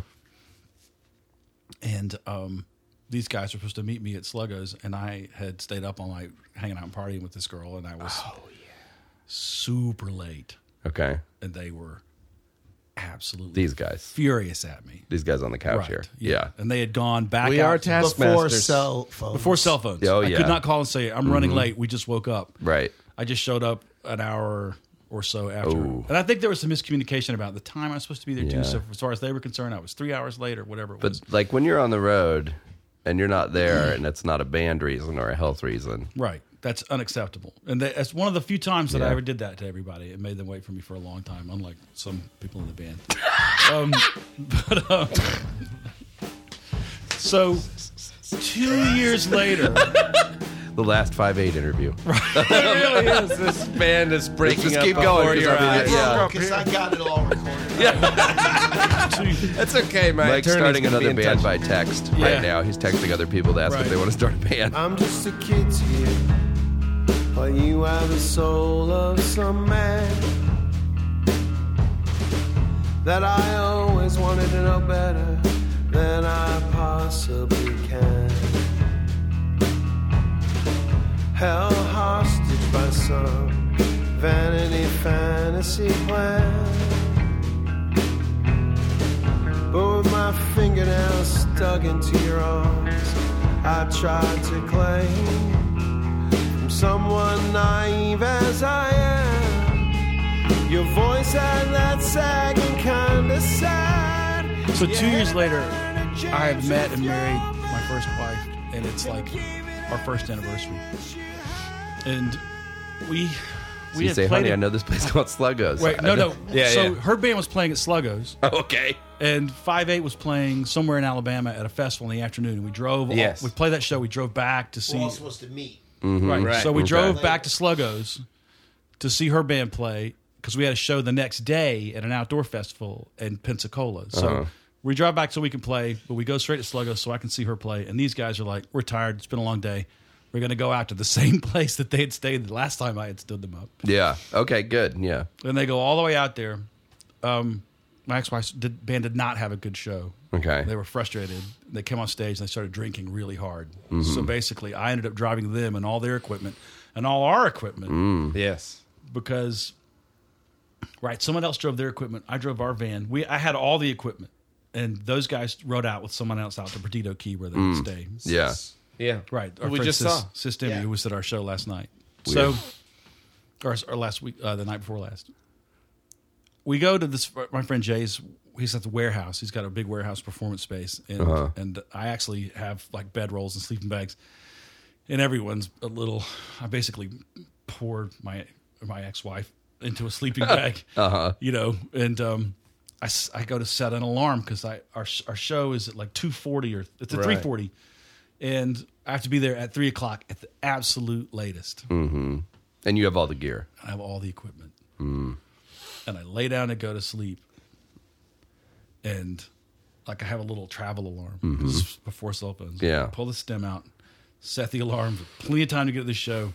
and um, these guys were supposed to meet me at Sluggo's, and I had stayed up all night hanging out and partying with this girl, and I was Oh, super late, Okay. and they were absolutely These guys. furious at me. These guys on the couch here. Yeah. and they had gone back. We out are to- before taskmasters. oh, cell phones. before cell phones. Oh, I yeah. Mm-hmm. could not call and say I'm running late. We just woke up. Right. I just showed up an hour or so after, and I think there was some miscommunication about the time I was supposed to be there Yeah. too. So as far as they were concerned, I was three hours late or whatever it was. But like when you're on the road and you're not Mm. there and it's not a band reason or a health reason. Right, that's unacceptable, and that- that's one of the few times that Yeah. I ever did that to everybody. It made them wait for me for a long time, unlike some people in the band. um, but um, so two years later. The last five eight interview. this band is breaking just up keep before going, 'cause your I mean, eyes. yeah. because I got it all recorded. That's okay, my Mike's attorney's starting gonna be another in band by touch. text Yeah. right now. He's texting other people to ask Right. Um, if they want to start a band. I'm just a kid to you, but you are the soul of some man that I always wanted to know better than I possibly can. Held hostage by some vanity fantasy plan. But with my fingernails stuck into your arms, I tried to claim from someone naive as I am. Your voice had that sagging kind of sad. So two years later, I have met and married my first wife, and it's like our first anniversary. And we we you had say, played. honey, at- I know this place called Sluggo's. Wait, I no, know- no. Yeah, so yeah. her band was playing at Sluggo's, Okay. and Five Eight was playing somewhere in Alabama at a festival in the afternoon. And we drove. Yes. Mm-hmm. we played that show. We drove back to see. We're all supposed to meet. Right. Right. So we Okay. drove back to Sluggo's to see her band play because we had a show the next day at an outdoor festival in Pensacola. So Uh-huh. we drive back so we can play, but we go straight to Sluggo's so I can see her play. And these guys are like, "We're tired. It's been a long day. We're going to go out to the same place that they had stayed the last time I had stood them up." Yeah. Okay, good. Yeah. And they go all the way out there. Um, my ex-wife's did, band did not have a good show. Okay. They were frustrated. They came on stage and they started drinking really hard. Mm-hmm. So basically, I ended up driving them and all their equipment and all our equipment Mm. Yes. because right someone else drove their equipment i drove our van we i had all the equipment and those guys rode out with someone else out to perdido key where they would stay Mm. Yeah. Yeah. right we friend just sis, saw. sis Demi, who was at our show last night so or, or last week uh, the night before last we go to this my friend jay's he's at the warehouse he's got a big warehouse performance space and and i actually have like bedrolls and sleeping bags and everyone's a little. I basically poured my my ex wife into a sleeping bag, uh-huh. you know, and um, I, s- I go to set an alarm because I our sh- our show is at like two forty or it's at three forty, and I have to be there at three o'clock at the absolute latest. And you have all the gear. I have all the equipment, Hmm. and I lay down to go to sleep, and like I have a little travel alarm This is before cell phones. Mm-hmm. Yeah. pull the stem out, set the alarm, plenty of time to get to the show,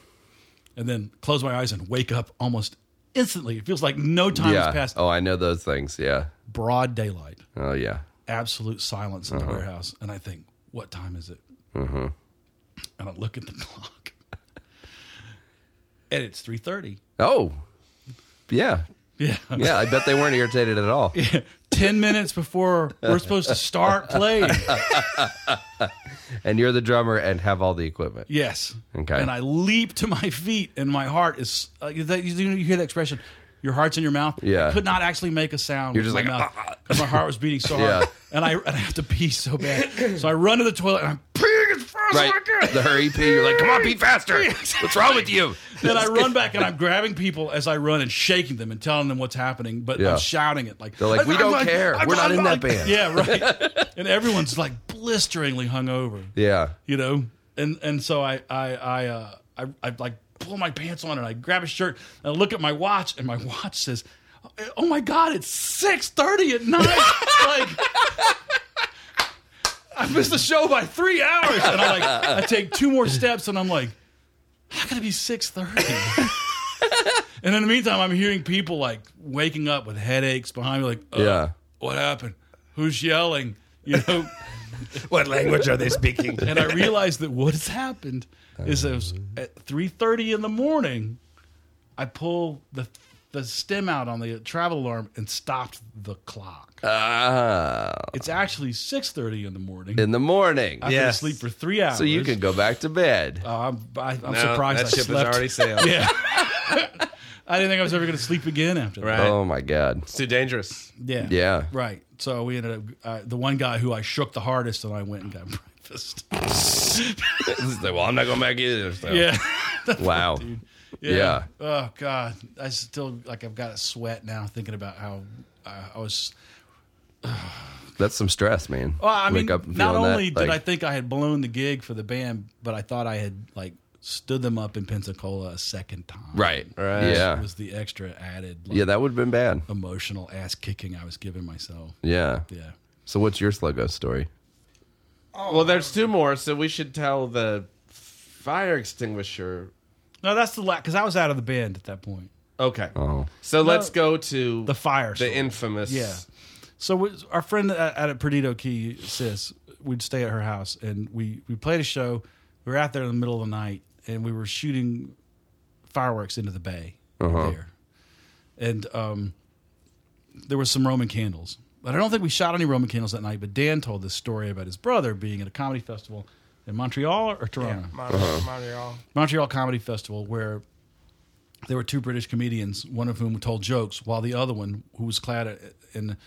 and then close my eyes and wake up almost instantly. It feels like no time yeah. has passed. Oh, I know those things. Yeah. Broad daylight, Oh, yeah. absolute silence in the Uh-huh. warehouse, and I think, what time is it? Mm-hmm. And I look at the clock, and it's three thirty. Oh, yeah. Yeah. Yeah. I bet they weren't irritated at all. 10 minutes before we're supposed to start playing. And you're the drummer and have all the equipment. Yes. Okay. And I leap to my feet, and my heart is. Uh, you, that, you, you hear that expression, your heart's in your mouth? Yeah. I could not actually make a sound. You're with just my like, "Ah, mouth 'cause my heart was beating so hard. Yeah. And, I, and I have to pee so bad. So I run to the toilet, and I'm peeing as fast Right. as I can. The hurry pee. You're like, come on, pee faster. What's wrong with you? Then I run back and I'm grabbing people as I run and shaking them and telling them what's happening, but Yeah. I'm shouting it like They're like, "We don't care. We're not in that band." Yeah, right. and everyone's like blisteringly hungover. Yeah. you know and and so i i i uh i, I like pull my pants on and i grab a shirt and I look at my watch and my watch says oh my god it's 6.30 at night like i missed the show by three hours and i'm like i take two more steps and i'm like how can it be 6.30 and in the meantime i'm hearing people like waking up with headaches behind me like uh, Yeah. what happened who's yelling you know what language are they speaking? and I realized that what has happened is it was at three thirty in the morning. I pull the the stem out on the travel alarm and stopped the clock. it's actually six thirty in the morning. Ah. in the morning. I've been asleep for three hours. So you can go back to bed. Uh, I'm, I, I'm surprised I slept. sailed. yeah. I didn't think I was ever going to sleep again after that. Right. Oh my god. It's too dangerous. Yeah. Yeah. Right. So we ended up uh, the one guy who I shook the hardest, and I went and got breakfast. well, I'm not going back either. so. yeah. Wow. Yeah. Oh God, I still like I've got a sweat now thinking about how uh, I was. That's some stress, man. Well, I mean, Wake up and not feeling only that, did I like, think I had blown the gig for the band, but I thought I had like stood them up in Pensacola a second time. Right. Right. Yeah. Was the extra added like, Yeah, that would have been bad. emotional ass kicking I was giving myself. Yeah. Yeah. So what's your Sluggo story? Well, there's two more, so we should tell the fire extinguisher. No, that's the last because I was out of the band at that point. Okay. Oh. So let's go to The fire. the story. infamous. Yeah. So we, our friend at, at Perdido Key, sis, we'd stay at her house, and we we played a show. We were out there in the middle of the night, and we were shooting fireworks into the bay there, and um, there was some Roman candles. But I don't think we shot any Roman candles that night. But Dan told this story about his brother being at a comedy festival in Montreal or Toronto. Mon- Uh-huh. Montreal. Montreal Comedy Festival where there were two British comedians, one of whom told jokes, while the other one, who was clad in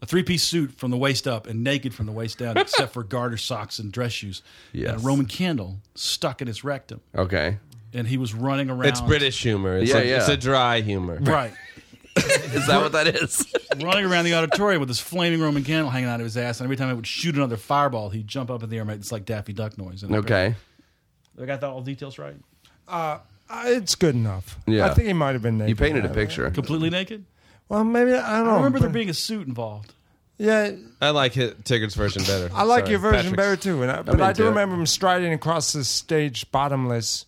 a three piece suit from the waist up and naked from the waist down, except for garter socks and dress shoes, and Yes. a Roman candle stuck in his rectum. Okay. And he was running around. It's British humor. It's Yeah, a, yeah. It's a dry humor. Right. Is that what that is? running around the auditorium with this flaming Roman candle hanging out of his ass. And every time it would shoot another fireball, he'd jump up in the air and make this like Daffy Duck noise. And okay. I got that all details right. Uh, it's good enough. Yeah. I think he might have been naked. You painted a picture. Completely naked? Well, maybe I don't know. I remember there but- being a suit involved. Yeah, I like hit, Tigger's version better. I like Sorry, your version Patrick's. better too. And I, but I into do it. remember him striding across the stage, bottomless,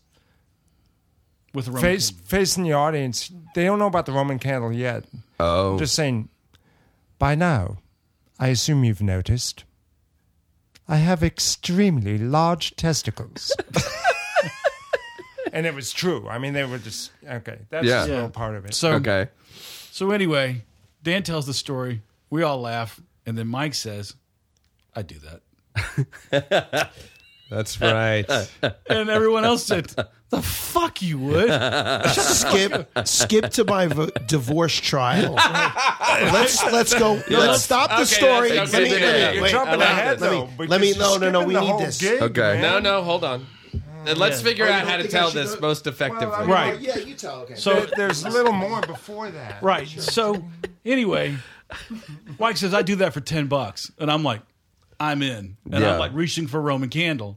With a Roman face candle. facing the audience. They don't know about the Roman candle yet. Oh. I'm just saying. By now, I assume you've noticed. I have extremely large testicles. and it was true. I mean, they were just okay. That's Yeah. just a Yeah. little part of it. So okay. So anyway, Dan tells the story. We all laugh, and then Mike says, "I do that," That's right. and everyone else said, "The fuck you would." skip skip to my v- divorce trial. let's let's go. Let's stop the story. that's- Let me- okay, let me- yeah, yeah. You're wait, jumping allow ahead this. Let me- though. Let me. because No, you're no, no. skipping We the need whole this. gig, Okay. man. No, no, hold on. And Uh, let's figure Oh, you out don't how to think I tell should this go- most Well, I- effectively. Right. Yeah, you tell. Okay. So There's a little more before that. right. So anyway, Mike says, "I do that for ten bucks," and I'm like. I'm in, and Yeah. I'm like reaching for a Roman candle.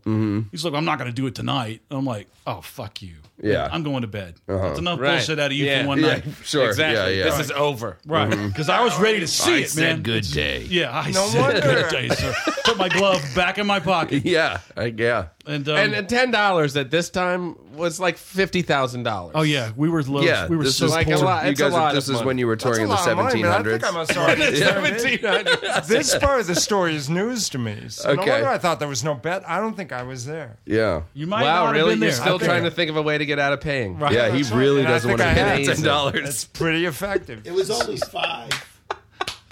He's like, "I'm not going to do it tonight." And I'm like, "Oh fuck you! Yeah. I'm going to bed. That's enough Right. bullshit out of you Yeah. for one Yeah. night, Sure. Exactly. Yeah. This Yeah. is over. right?" Because I was ready to see it, man. It's- day. Yeah, I No said wonder. good day, sir. Put my glove back in my pocket, Yeah. I, yeah. and um, And and ten dollars at this time was like fifty thousand dollars. Oh yeah, we were low. Yeah. we were this so is like a poor. lot- You it's a guys, lot this is of money. when you were That's touring in the a lot of money, man. I think 1700s. I'm a sorry. seventeen hundred. this part of the story is news to me. So Okay. No wonder I thought there was no bet. I don't think I was there. yeah. you might not Wow, have really? been there. You're still Okay. trying to think of a way to get out of paying. Right, Yeah, he that's really And I doesn't think want to I pay had ten it. dollars. It's pretty effective. It was only five.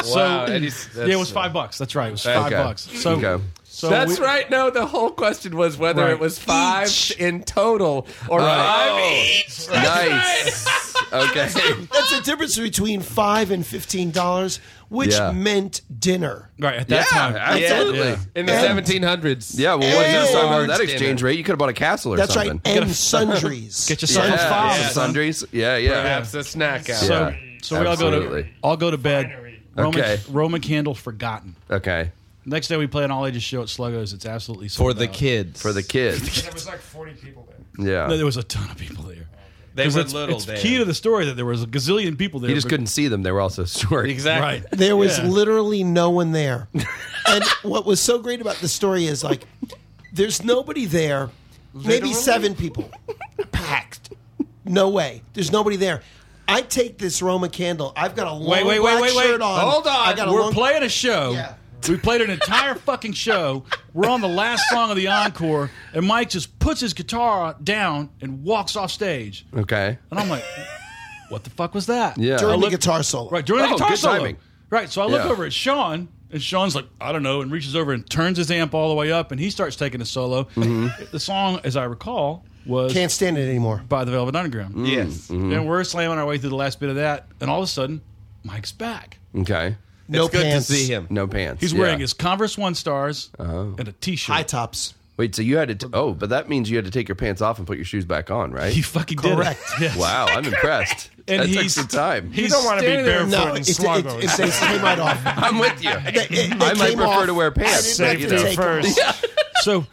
So, Wow, and he's- yeah, it was five bucks. That's right. It was five Okay. bucks. So, Okay. so That's we- right. No, the whole question was whether Right. it was five in total or five each. Nice. okay. That's the difference between five and fifteen dollars, which Yeah. meant dinner. Right at Yeah. that time. Absolutely. Yeah. Yeah. In the And- seventeen hundreds. well, what And- you talking about that Dinner. exchange rate? You could have bought a castle or That's something. right. And sundries. Get yourself Yeah. a five. yeah. Sundries. Yeah. Yeah. Perhaps a snack out. So, Yeah, so we all go to absolutely. all go to bed. Roman, Okay. Roman candle forgotten. Okay. Next day we play an all ages show at Sluggo's. It's absolutely For sold the out. kids. For the kids. There was like 40 people there. Yeah. No, there was a ton of people there. They 'Cause were it's, little. it's then. key to the story that there was a gazillion people there. You just but- couldn't see them. They were all so short. Exactly. Right. There was Yeah. literally no one there. and what was so great about the story is like, there's nobody there. Maybe seven people, packed. No way. There's nobody there. I take this Roma candle. I've got a long Wait, wait, wait, black wait, wait. shirt on. Hold on. I got a we're long, playing a show. Yeah. We played an entire fucking show. We're on the last song of the encore, and Mike just puts his guitar down and walks off stage. Okay. And I'm like, what the fuck was that? Yeah. during the look- guitar solo. Right, during the Oh, guitar good solo. timing. Right, so I look Yeah. over at Sean, and Sean's like, I don't know, and reaches over and turns his amp all the way up, and he starts taking a solo. Mm-hmm. The song, as I recall, was Can't stand it anymore. by the Velvet Underground. Yes. And we're slamming our way through the last bit of that, and all of a sudden, Mike's back. Okay. No it's good pants. to see him. No pants. He's Yeah. wearing his Converse One Stars and a t shirt. High tops. Wait, so you had to. T- oh, but that means you had to take your pants off and put your shoes back on, right? He fucking Correct. did it. Yes. Wow, I'm impressed. And that took he's- some time. He's don't wanna be standing there- barefoot. No, No, Foot and it, it, it, sluggles. it, it came right off. I'm with you. They- they I might came prefer off. to wear I pants. didn't have you to know. take them off. So,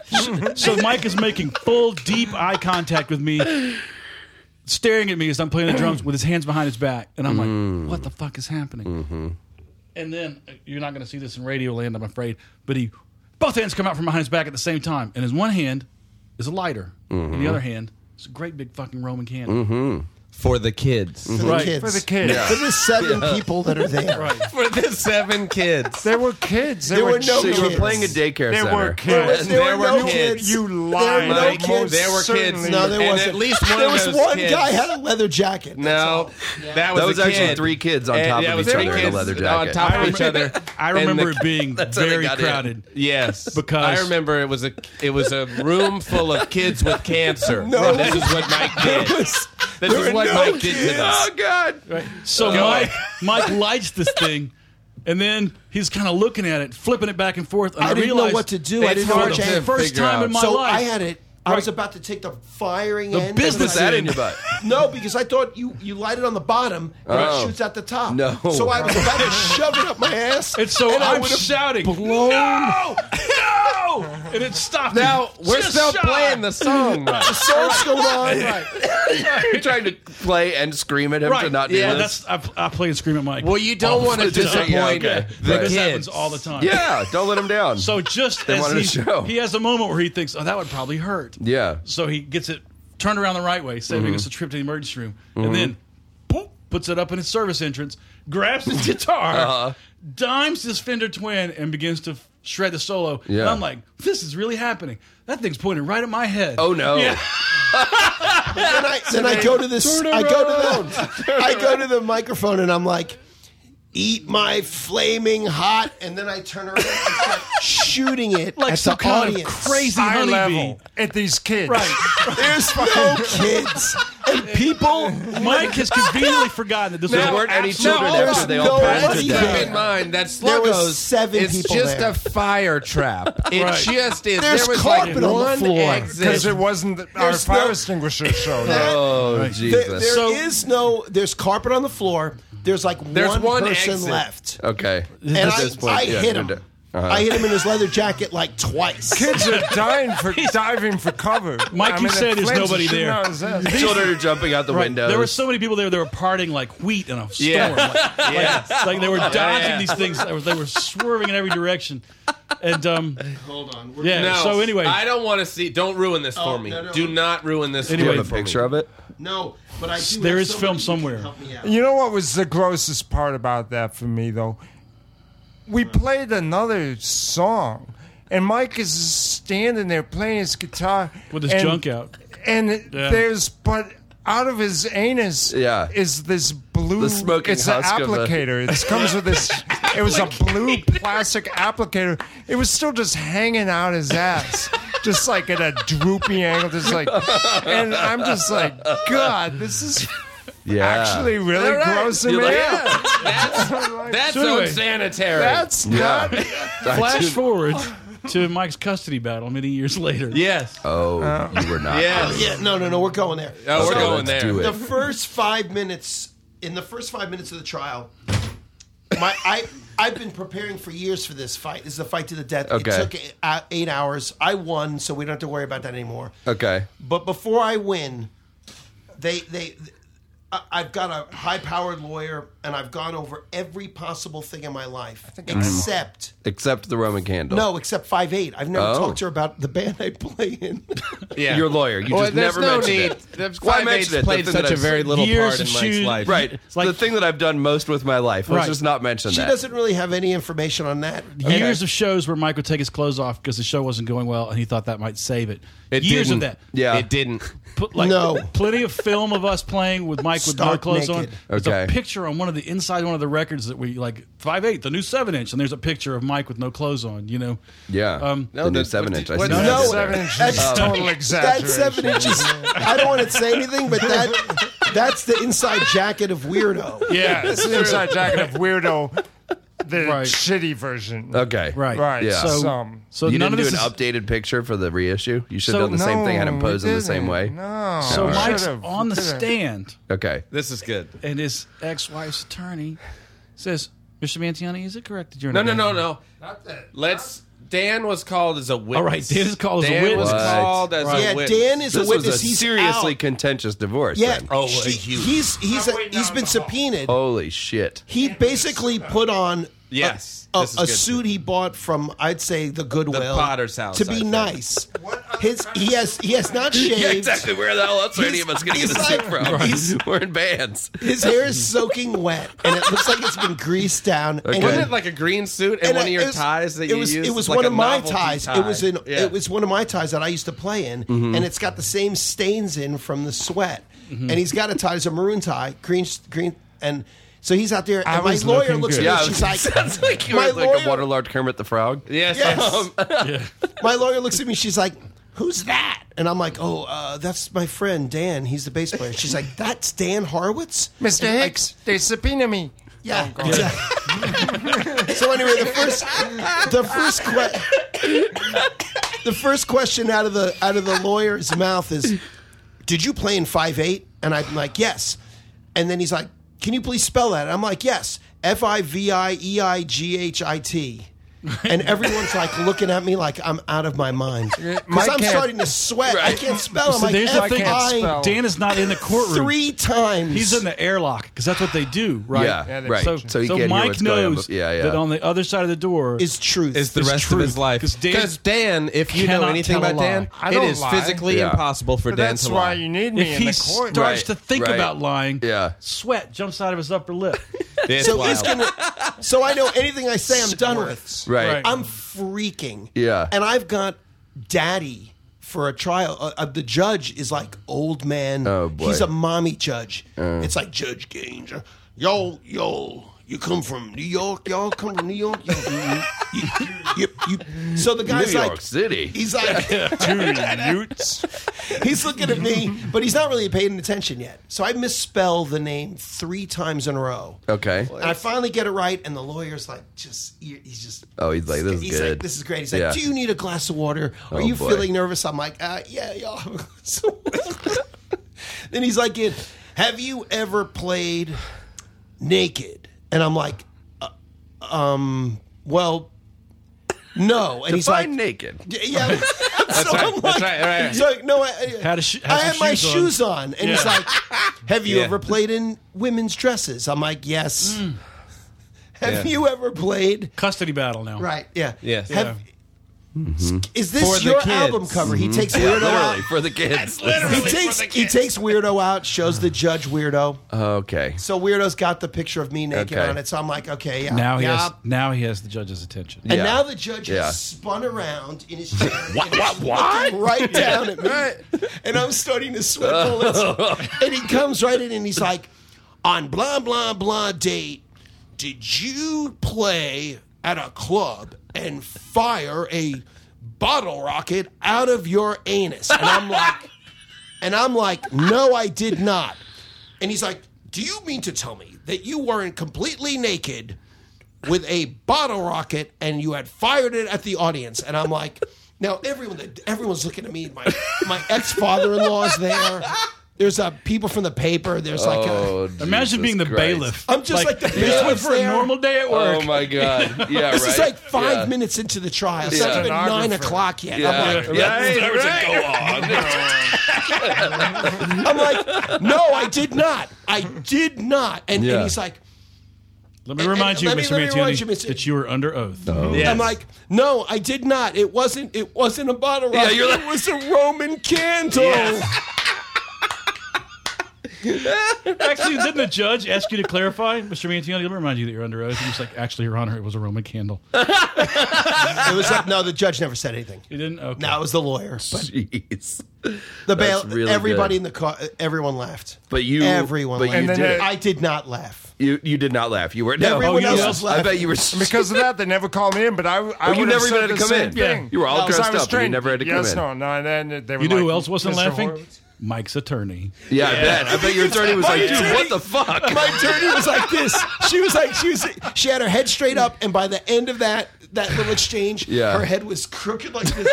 so Mike is making full, deep eye contact with me, staring at me as I'm playing the drums with his hands behind his back, and I'm Mm. like, "What the fuck is happening?" Mm-hmm. And then uh, you're not going to see this in radio land, I'm afraid, but he, both hands come out from behind his back at the same time, and his one hand is a lighter, Mm-hmm. and the other hand is a great big fucking Roman candle. For the kids. For the Right. kids. For the kids. For the seven people that are there. Right. For the seven kids. There were kids. There, There were were no So you were kids. playing a daycare There center. were kids. There were no kids. You There lied. were no Mike, kids. there were kids. Certainly. No, there and wasn't. at least one there of was those one kids- guy had a leather jacket. No, that was, That was a actually kid. three kids on And- top yeah, of it was each three other in a kids leather On jacket. top I of each remember- other. I And the- remember it being That's how they very got in. crowded. Yes, Because- I remember it was a it was a room full of kids with cancer. No. this is what Mike did. was- this is were what no Mike did to Oh us. God! So Oh. Mike, Mike lights this thing, and then he's kind of looking at it, flipping it back and forth. And I, I didn't realized know what to do. It's I didn't know hard what to to the do. first figure time out. in my so life. I had it. I was about to take the firing end. business and I- That Dude. in your butt. No, because I thought you you light it on the bottom and Oh. it shoots out the top. No. So I was about to shove it up my ass. And so I I'm would've shouting, blown. "No! No!" And it stopped. Now we're Just still shy. playing the song. The song's still on. You're trying to play and scream at him to Right. not do yeah, this. that's I, I play and scream at Mike. Well, you don't All want to the time. disappoint Okay. the This kids happens all the time. Yeah, don't let him down. So just They as wanted a he, show. he has a moment where he thinks, "Oh, that would probably hurt." yeah, So he gets it turned around the right way, saving Mm-hmm. us a trip to the emergency room, and then boop, puts it up in his service entrance, grabs his guitar, Uh-huh. dimes his Fender Twin, and begins to f- shred the solo. And Yeah. I'm like, this is really happening. That thing's pointed right at my head. Oh, no. Yeah. then I, then I go to this. I go to the. I go to the microphone and I'm like, "Eat my flaming hot!" And then I turn around and start shooting it Like at some the kind audience. of crazy Eye honeybee. level at these kids. Right. There's no kids and people. Mike has conveniently forgotten that this there was weren't any absolutely. children No, after they all no parented idea. Keep that. in mind that Sluggos There was seven is people just there. a fire trap. It Right. just is. There's there was carpet like on the one floor. Because exit. it wasn't the, our There's no- fire extinguisher show. yet. Oh There, there Jesus! is So- no. There's carpet on the floor. There's like There's one, one person exit. left. okay. And At I, this point, I yeah, hit you're him. done. Uh-huh. I hit him in his leather jacket like twice. Kids are dying for diving for cover. Mike, I you mean, the said there's flames nobody are shooting there. out his ass. Children are jumping out the windows. There were so many people there. They were partying like wheat in a storm. Like, like, like they were dodging these things. They were, they were swerving in every direction. And um, Hold on. yeah. so anyway, I don't want to see. Don't ruin this for me. no, no. Do not ruin this. Do you Anyway, for have a me. picture of it? No, but I do There have is somebody film who can somewhere. help me out. You know what was the grossest part about that for me, though? We played another song, and Mike is standing there playing his guitar with his and- junk out. And Yeah. there's, but out of his anus, Yeah. is this blue? The smoking it's an husk of the- applicator. It comes with this. It was a blue plastic applicator. It was still just hanging out his ass. Just like at a droopy angle, just like, and I'm just like, God, this is Yeah. actually really gross and You're like, bad. That's So anyway, unsanitary. That's Yeah. not. Flash forward to Mike's custody battle many years later. yes. Uh, Oh, you were not. yes. Yeah, no, no, no. We're going there. Oh, we're So going let's there. do it. The first five minutes, in the first five minutes of the trial, my I I've been preparing for years for this fight. This is a fight to the death. Okay. It took uh, eight hours. I won, so we don't have to worry about that anymore. Okay. But before I win, they they. I- I've got a high-powered lawyer, and I've gone over every possible thing in my life, except Except the Roman candle. no, except five eight. I've never Oh. talked to her about the band I play in. Yeah. Your lawyer. You Well, just Oh, there's never no mentioned need. it. Five Why Five make Eighths that? played The thing such that a I've- very little years part in of Mike's shoes- life. Right. It's like- the thing that I've done most with my life. Let's Right. just not mention She that. doesn't really have any information on that. Years of shows where Mike would take his clothes off because the show wasn't going well, and he thought that might save it. It Years didn't. of that. Yeah. It didn't. Put, like, No. Plenty of film of us playing with Mike with no Stark clothes on. naked. There's a Okay. picture on one of the inside of one of the records that we like five eight, the new seven inch, and there's a picture of Mike with no clothes on. You know. Yeah. Um, the new seven inch. I see that No, over there. seven inches that's- is total That exaggeration. seven inches. I don't want to say anything, but that that's the inside jacket of weirdo. Yeah. It's an inside jacket of weirdo, the Right. shitty version. Okay. right. Right. Yeah. So, So, some. so you none didn't of do this an is, updated picture for the reissue. You should have So- done the same thing, had him No, pose we in the same didn't. way. No. So we Mike's should've. on the We should've. stand, Okay. This is good. and his ex-wife's attorney says, "Mr. Mantiani, is it correct that you're No, an no, no, adult?" no. Let's. Dan was called as a witness. All right, Dan is called as a Dan was witness. What? called as a Yeah, witness. Dan is This a witness. was a he's seriously out. contentious divorce. Yeah, Then. Oh, she- a huge- Oh. he's he's I'm a, way down he's been the hall. subpoenaed. Holy shit. He basically put on Yes, a, a, this is a good. suit he bought from I'd say the Goodwill Potter's house, to I be think. nice. His he has he has not shaved. Yeah, exactly. Where the hell else are any of us going to he's get a like- suit from? We're in bands. His hair is soaking wet, and it looks like it's been greased down. And Wasn't it like a green suit and, I- one of your it was- ties that it you was, used? It was Like one a of my novelty ties. tie. It was in, Yeah. Mm-hmm. it was one of my ties that I used to play in, and it's got the same stains in from the sweat. And he's got a tie, it's a maroon tie, green, green, and so he's out there. I And my was lawyer looking looks at good. me. Yeah, she's it like, sounds like you my were like lawyer, a waterlogged Kermit the Frog. Yes. Yes. Um, my lawyer looks at me. She's like. Who's that? And I'm like, oh, uh, that's my friend Dan. He's the bass player. She's like, that's Dan Harwitz. Mr. And, like, Hicks, they subpoena me. Yeah. exactly. so anyway, the first the first que- the first question out of the out of the lawyer's mouth is, "Did you play in five eight? And I'm like, "Yes." And then he's like, "Can you please spell that?" And I'm like, "Yes, F I V I E I G H I T." And everyone's like looking at me like I'm out of my mind Mike because I'm can't- starting to sweat. I can't spell. I'm So like there's the F thing. I spell. Dan is not in the courtroom. three times. He's in the airlock because that's what they do, right? Yeah, Yeah, they- right. so- So, he can't hear Mike what's going on. knows Yeah, yeah. that on the other side of the door is truth. is the It's rest true. of his life. 'Cause Dan Because Dan, if you know cannot anything tell a about lie. Dan, I it don't is lie. physically Yeah. impossible for But Dan that's to why lie. you need me if in he the court. starts to think right. about lying, Yeah. sweat jumps out of his upper lip. That's so wild. it's gonna. So I know anything I say, I'm done with. right. Right. I'm freaking. Yeah. And I've got daddy for a trial. Uh, uh, the judge is like old man. Oh, boy. Uh. He's a mommy judge. It's like Judge Gaines. uh, Yo, yo. You come from New York, y'all come from New York. You, you, you, you, you. So the New guy's York like, City. he's like, he's looking at me, but he's not really paying attention yet. So I misspell the name three times in a row. Okay. And I finally get it right, and the lawyer's like, just he- he's just. Oh, he's like, this is he's good. Like, this is great. He's like, Yeah. do you need a glass of water? Are Oh, you boy. feeling nervous? I'm like, uh, yeah, y'all have a glass of water. then he's like, "Kid, have you ever played naked? And I'm like, uh, um, well, no. And he's Define like, naked. yeah. so I'm like, right, right, right. so, like, no, I, Had a sh- had I some had my shoes on. shoes on, and he's Yeah. like, "Have you Yeah. ever played in women's dresses?" I'm like, "Yes." Have you ever played? Custody battle now. Right. Yeah. Yes. Have, Is For this the your kids. Mm-hmm. album cover? He takes Yeah, weirdo literally out. for the kids. He takes he takes weirdo out. Shows the judge weirdo. Okay. So weirdo's got the picture of me naked Okay. on it. So I'm like, okay, yeah. Now he yeah. has now he has the judge's attention. And Yeah. now the judge Yeah. has spun around in his chair. What- and what- is what? looking Right down at me. And I'm starting to sweat bullets. and he comes right in and he's like, on blah, blah, blah date, did you play at a club and fire a bottle rocket out of your anus? And I'm like, and I'm like, no, I did not. And he's like, do you mean to tell me that you weren't completely naked? with a bottle rocket and you had fired it at the audience. And I'm like, now everyone, everyone's looking at me. My my ex father in law is there. There's uh, people from the paper. There's like a. Oh, Imagine Jesus being the Christ. bailiff. I'm just like, the this went bailiff's for a there. normal day at work. Oh my God. Yeah. This right. is like five Yeah. minutes into the trial. It's Yeah. not even nine Stenographer. o'clock yet. Yeah. I'm, like, Yeah. Go on. I'm like, no, I did not. I did not. And, Yeah. and he's like, let me and- remind and you, let me- Mr. let me remind Mantioni, you, Mr. that you were under oath. Oh. I'm like, no, I did not. It wasn't. It wasn't a bottle rocket. you're like- it was a Roman candle. Actually, didn't the judge ask you to clarify, Mr. Mantione? Let me remind you that you're under oath. And he's like, actually, Your Honor, it was a Roman candle. It was like, no, the judge never said anything. You didn't? Okay. No, it was the lawyer. But Jeez. the bail, That's really everybody good. in the car, everyone laughed. But you- everyone but you laughed. And then did. I did not laugh. You you did not laugh. You were no. Oh, Everyone else yeah. was I laughing. bet you were. Because of that, they never called me in. But I, I Oh, you would've never even said had to the come same in. Thing. Yeah. You were all No, 'cause dressed I was up and you never had to come yes, in. No, no. And then they were You knew like, who else wasn't "Mr. laughing? Horowitz." Mike's attorney. Yeah, I bet. I bet your attorney was like, dude, attorney- what the fuck? My attorney was like this. She was like she was she had her head straight up, and by the end of that that little exchange, Yeah. her head was crooked like this.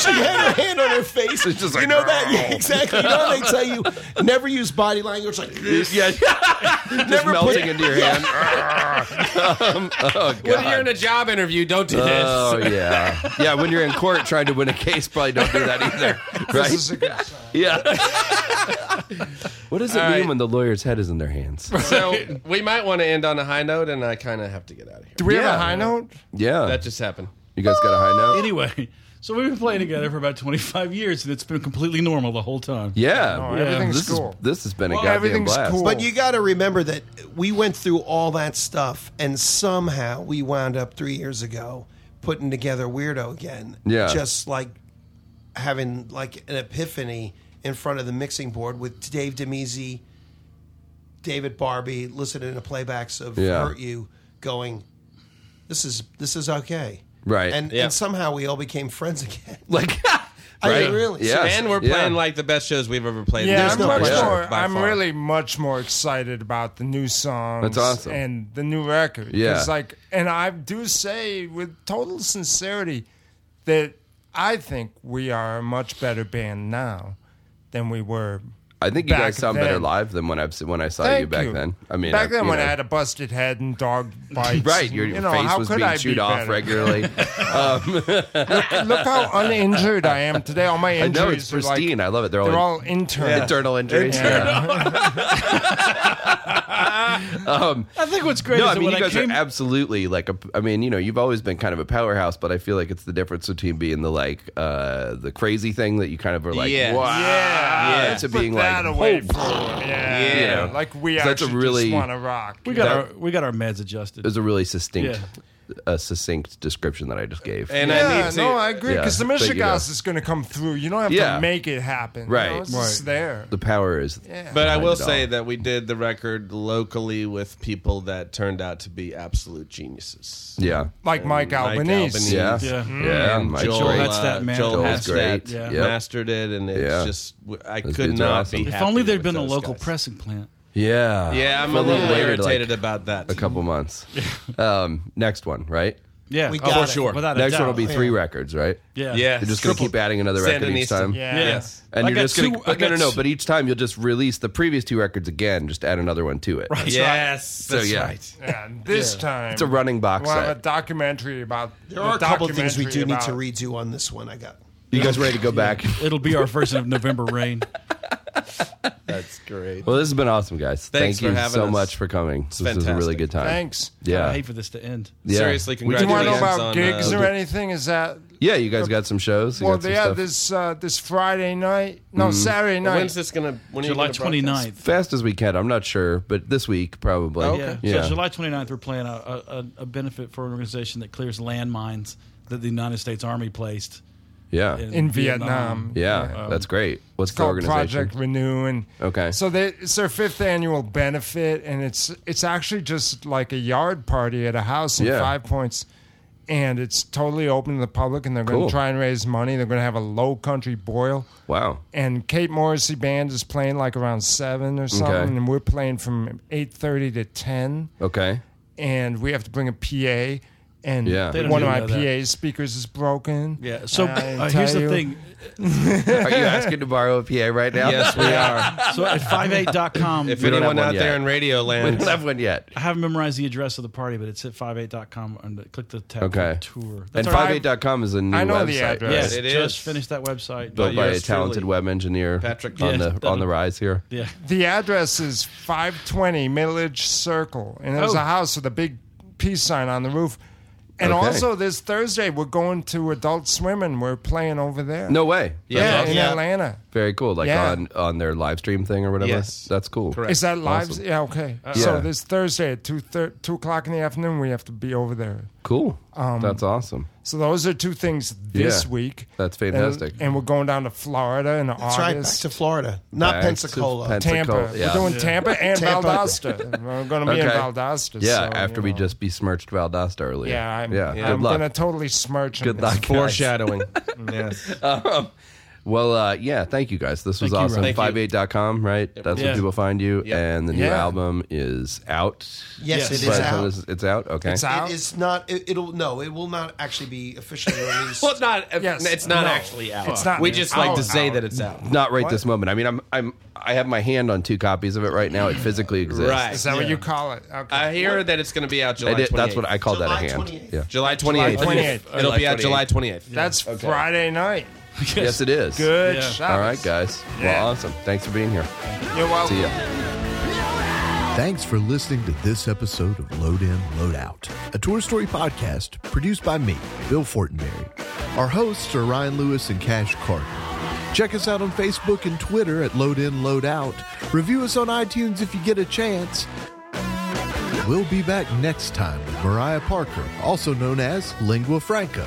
she had her hand on her face. It's just like, you know that "Grr." yeah, exactly. You know how they tell you never use body language like this. yeah, just melting into your hand. When you're in a job interview, don't do this. Oh yeah, yeah. When you're in court trying to win a case, probably don't do that either, This is right? a good sign. Yeah. what does it mean right. when the lawyer's head is in their hands? So we might want to end on a high note, and I kind of have to get out of here. Do we have Yeah. a high note? Yeah, That just happened. you guys got a high note. Anyway, so we've been playing together for about 25 years, and it's been completely normal the whole time. Yeah, No, everything's this cool. Is, this has been a Well, goddamn everything's blast. cool. But But you got to remember that we went through all that stuff, and somehow we wound up three years ago putting together Weirdo again. Yeah. just like having like an epiphany in front of the mixing board with Dave Demezi, David Barbie, listening to playbacks of Yeah. "Hurt You," going, "This is this is okay." Right. and Yeah. and somehow we all became friends again. like, I right? mean, really, Yeah. Yes, And we're yeah. playing like the best shows we've ever played. Yeah, There's I'm no much question, more. by I'm far. really much more excited about the new songs. That's awesome. And the new record. 'Cause, Yeah. like, and I do say with total sincerity that I think we are a much better band now than we were. I think you back guys sound then. better live than when I when I saw Thank you back then. I mean, back I- then you when know. I had a busted head and dog bites, Right, and, your, you your know, face how was could being I chewed be off better? regularly. Look how uninjured I am today. All my I injuries know it's are like- pristine. I love it. They're all, they're all internal. internal injuries. I think what's great Um, is No, I that mean when you guys I came, are absolutely like a. I mean, you know, you've always been kind of a powerhouse, but I feel like it's the difference between being the like uh the crazy thing that you kind of are like, Yeah. wow, Yeah, to put being that like, away oh, for yeah, Yeah. like we That's a actually really- just want to rock. we got, that- our, we got our meds adjusted. it was a really succinct, a succinct description that I just gave. And I yeah, need to. no, I agree Yeah, because the but, you Michigas is going to come through. You don't have Yeah. to make it happen. You Right. know, it's just there. the power is, Yeah. But I Behind will it all. say that we did the record locally with people that turned out to be absolute geniuses. yeah, Like Mike Albanese. yeah, Yeah. yeah. Mm-hmm. And Mike Joel, uh, Drake. That's that man. Joel Joel's has great. that Yeah. Yep. mastered it, and it's Yeah. just I Those could dudes are not awesome. be. If if happier only there'd with been a those local guys. pressing plant. Yeah. Yeah, I'm a Felt like little we waited, like, irritated about that. a couple months. Um, next one, right? Yeah, Oh, We got for it. sure. Without a Next doubt. one will be three records, right? Yeah. Yes. You're just gonna Triple- keep adding another record each Sandinista. time. Yeah. Yes. And I you're got just two- gonna, I but no, got no, no. two- But each time you'll just release the previous two records again, just add another one to it. yes. So that's yeah, right. Yeah, and this time it's a running box We'll have a set. documentary about. There are a couple of things we do need to redo on this one. I got. You guys ready to go back? It'll be our version of November Rain. That's great. Well, this has been awesome, guys. Thanks Thank for you having so us. much for coming. This was a really fantastic. good time. Thanks. I Yeah. hate for this to end. yeah. Seriously, We Do you did- want to know Congratulations about on, gigs uh, or anything? Is that Yeah, you guys got some shows. You well? got some Yeah, stuff. Mm-hmm. this uh, this Friday night. No, Saturday night. When's this gonna? When are you July gonna broadcast? 29th. fast as we can. I'm not sure, but this week probably. Okay. Yeah. Oh, So July 29th, we're playing a, a, a benefit for an organization that clears landmines that the United States Army placed Yeah. in, in Vietnam? Yeah, that's great. What's It's the called organization? Project Renew, and Okay. so they, it's their fifth annual benefit, and it's it's actually just like a yard party at a house in Yeah. Five Points, and it's totally open to the public, and they're going Cool. to try and raise money. They're going to have a low country boil, Wow. and Kate Morrissey band is playing like around seven or something, and we're playing from eight thirty to ten, Okay. and we have to bring a PA. And Yeah. They don't one of even my know that. PA speakers is broken. Yeah. So And I uh, here's tell the you- thing. Are you asking to borrow a PA right now? Yes, we are. So at 58.com, If We don't have anyone one out yet. there in radio we land, don't have one yet. I haven't memorized the address of the party, but it's at 58.com and the- click the tab Okay. for tour. And our- 58.com is a new I know website. the address. Yes, It just is. finished that website. Built by a Yours talented truly. web engineer, Patrick. on Yeah, the on that'll- the rise here. yeah. The address is 520 Millage Circle, and there's Oh. a house with a big peace sign on the roof. And Okay. also this Thursday, we're going to Adult Swim and we're playing over there. No way. yeah, That's in Yeah. Atlanta. Very cool. Like Yeah. on on their live stream thing or whatever. Yes. That's cool. Correct. Is that live? Awesome. Yeah, okay. Uh, So Yeah. this Thursday at two thir- two o'clock in the afternoon, we have to be over there. Cool. Um, that's awesome. So those are two things this Yeah. week. That's And- fantastic. And, we're going down to Florida in That's right. Back August. to Florida, not Back to Pensacola. Pen- Tampa. Pensacola, yeah. We're doing Tampa and Tampa. Valdosta. We're going to be in Okay. Valdosta. Yeah, so, after you we know. just besmirched Valdosta earlier. Yeah, I'm, yeah. I'm Good luck. gonna totally smirch. him. Good luck. guys. Foreshadowing. yes. Well, uh, yeah, thank you guys. This was Thank you, awesome. Ryan. Thank 58.com, right? That's where Yeah. people find you. Yeah. And the new Yeah. album is out. yes, it Yes. By is the time out. this- It's out? Okay. It's out. It is not. It, it'll no. It will not actually be officially released. Well, it's not. Yes. It's not No. Oh, actually out. It's not- We it's just like out, to say out. that it's out. Not right this moment. I mean, I'm, I'm, I have my hand on two copies of it right now. It physically exists. Right. Is that what you call it? Okay. I hear that it's going to be out July. I did, that's what 28th. I called that a July hand. 28th. Yeah. July 28th. 28th. It'll be July out July 28th. That's Friday night. Yes, it is. Good Yeah. shot. All right, guys. Yeah. Well, awesome. Thanks for being here. You're welcome. See ya. Thanks for listening to this episode of Load In, Load Out, a Tour Story podcast produced by me, Bill Fortenberry. Our hosts are Ryan Lewis and Cash Carter. Check us out on Facebook and Twitter at Load In, Load Out. Review us on iTunes if you get a chance. We'll be back next time with Mariah Parker, also known as Lingua Franca.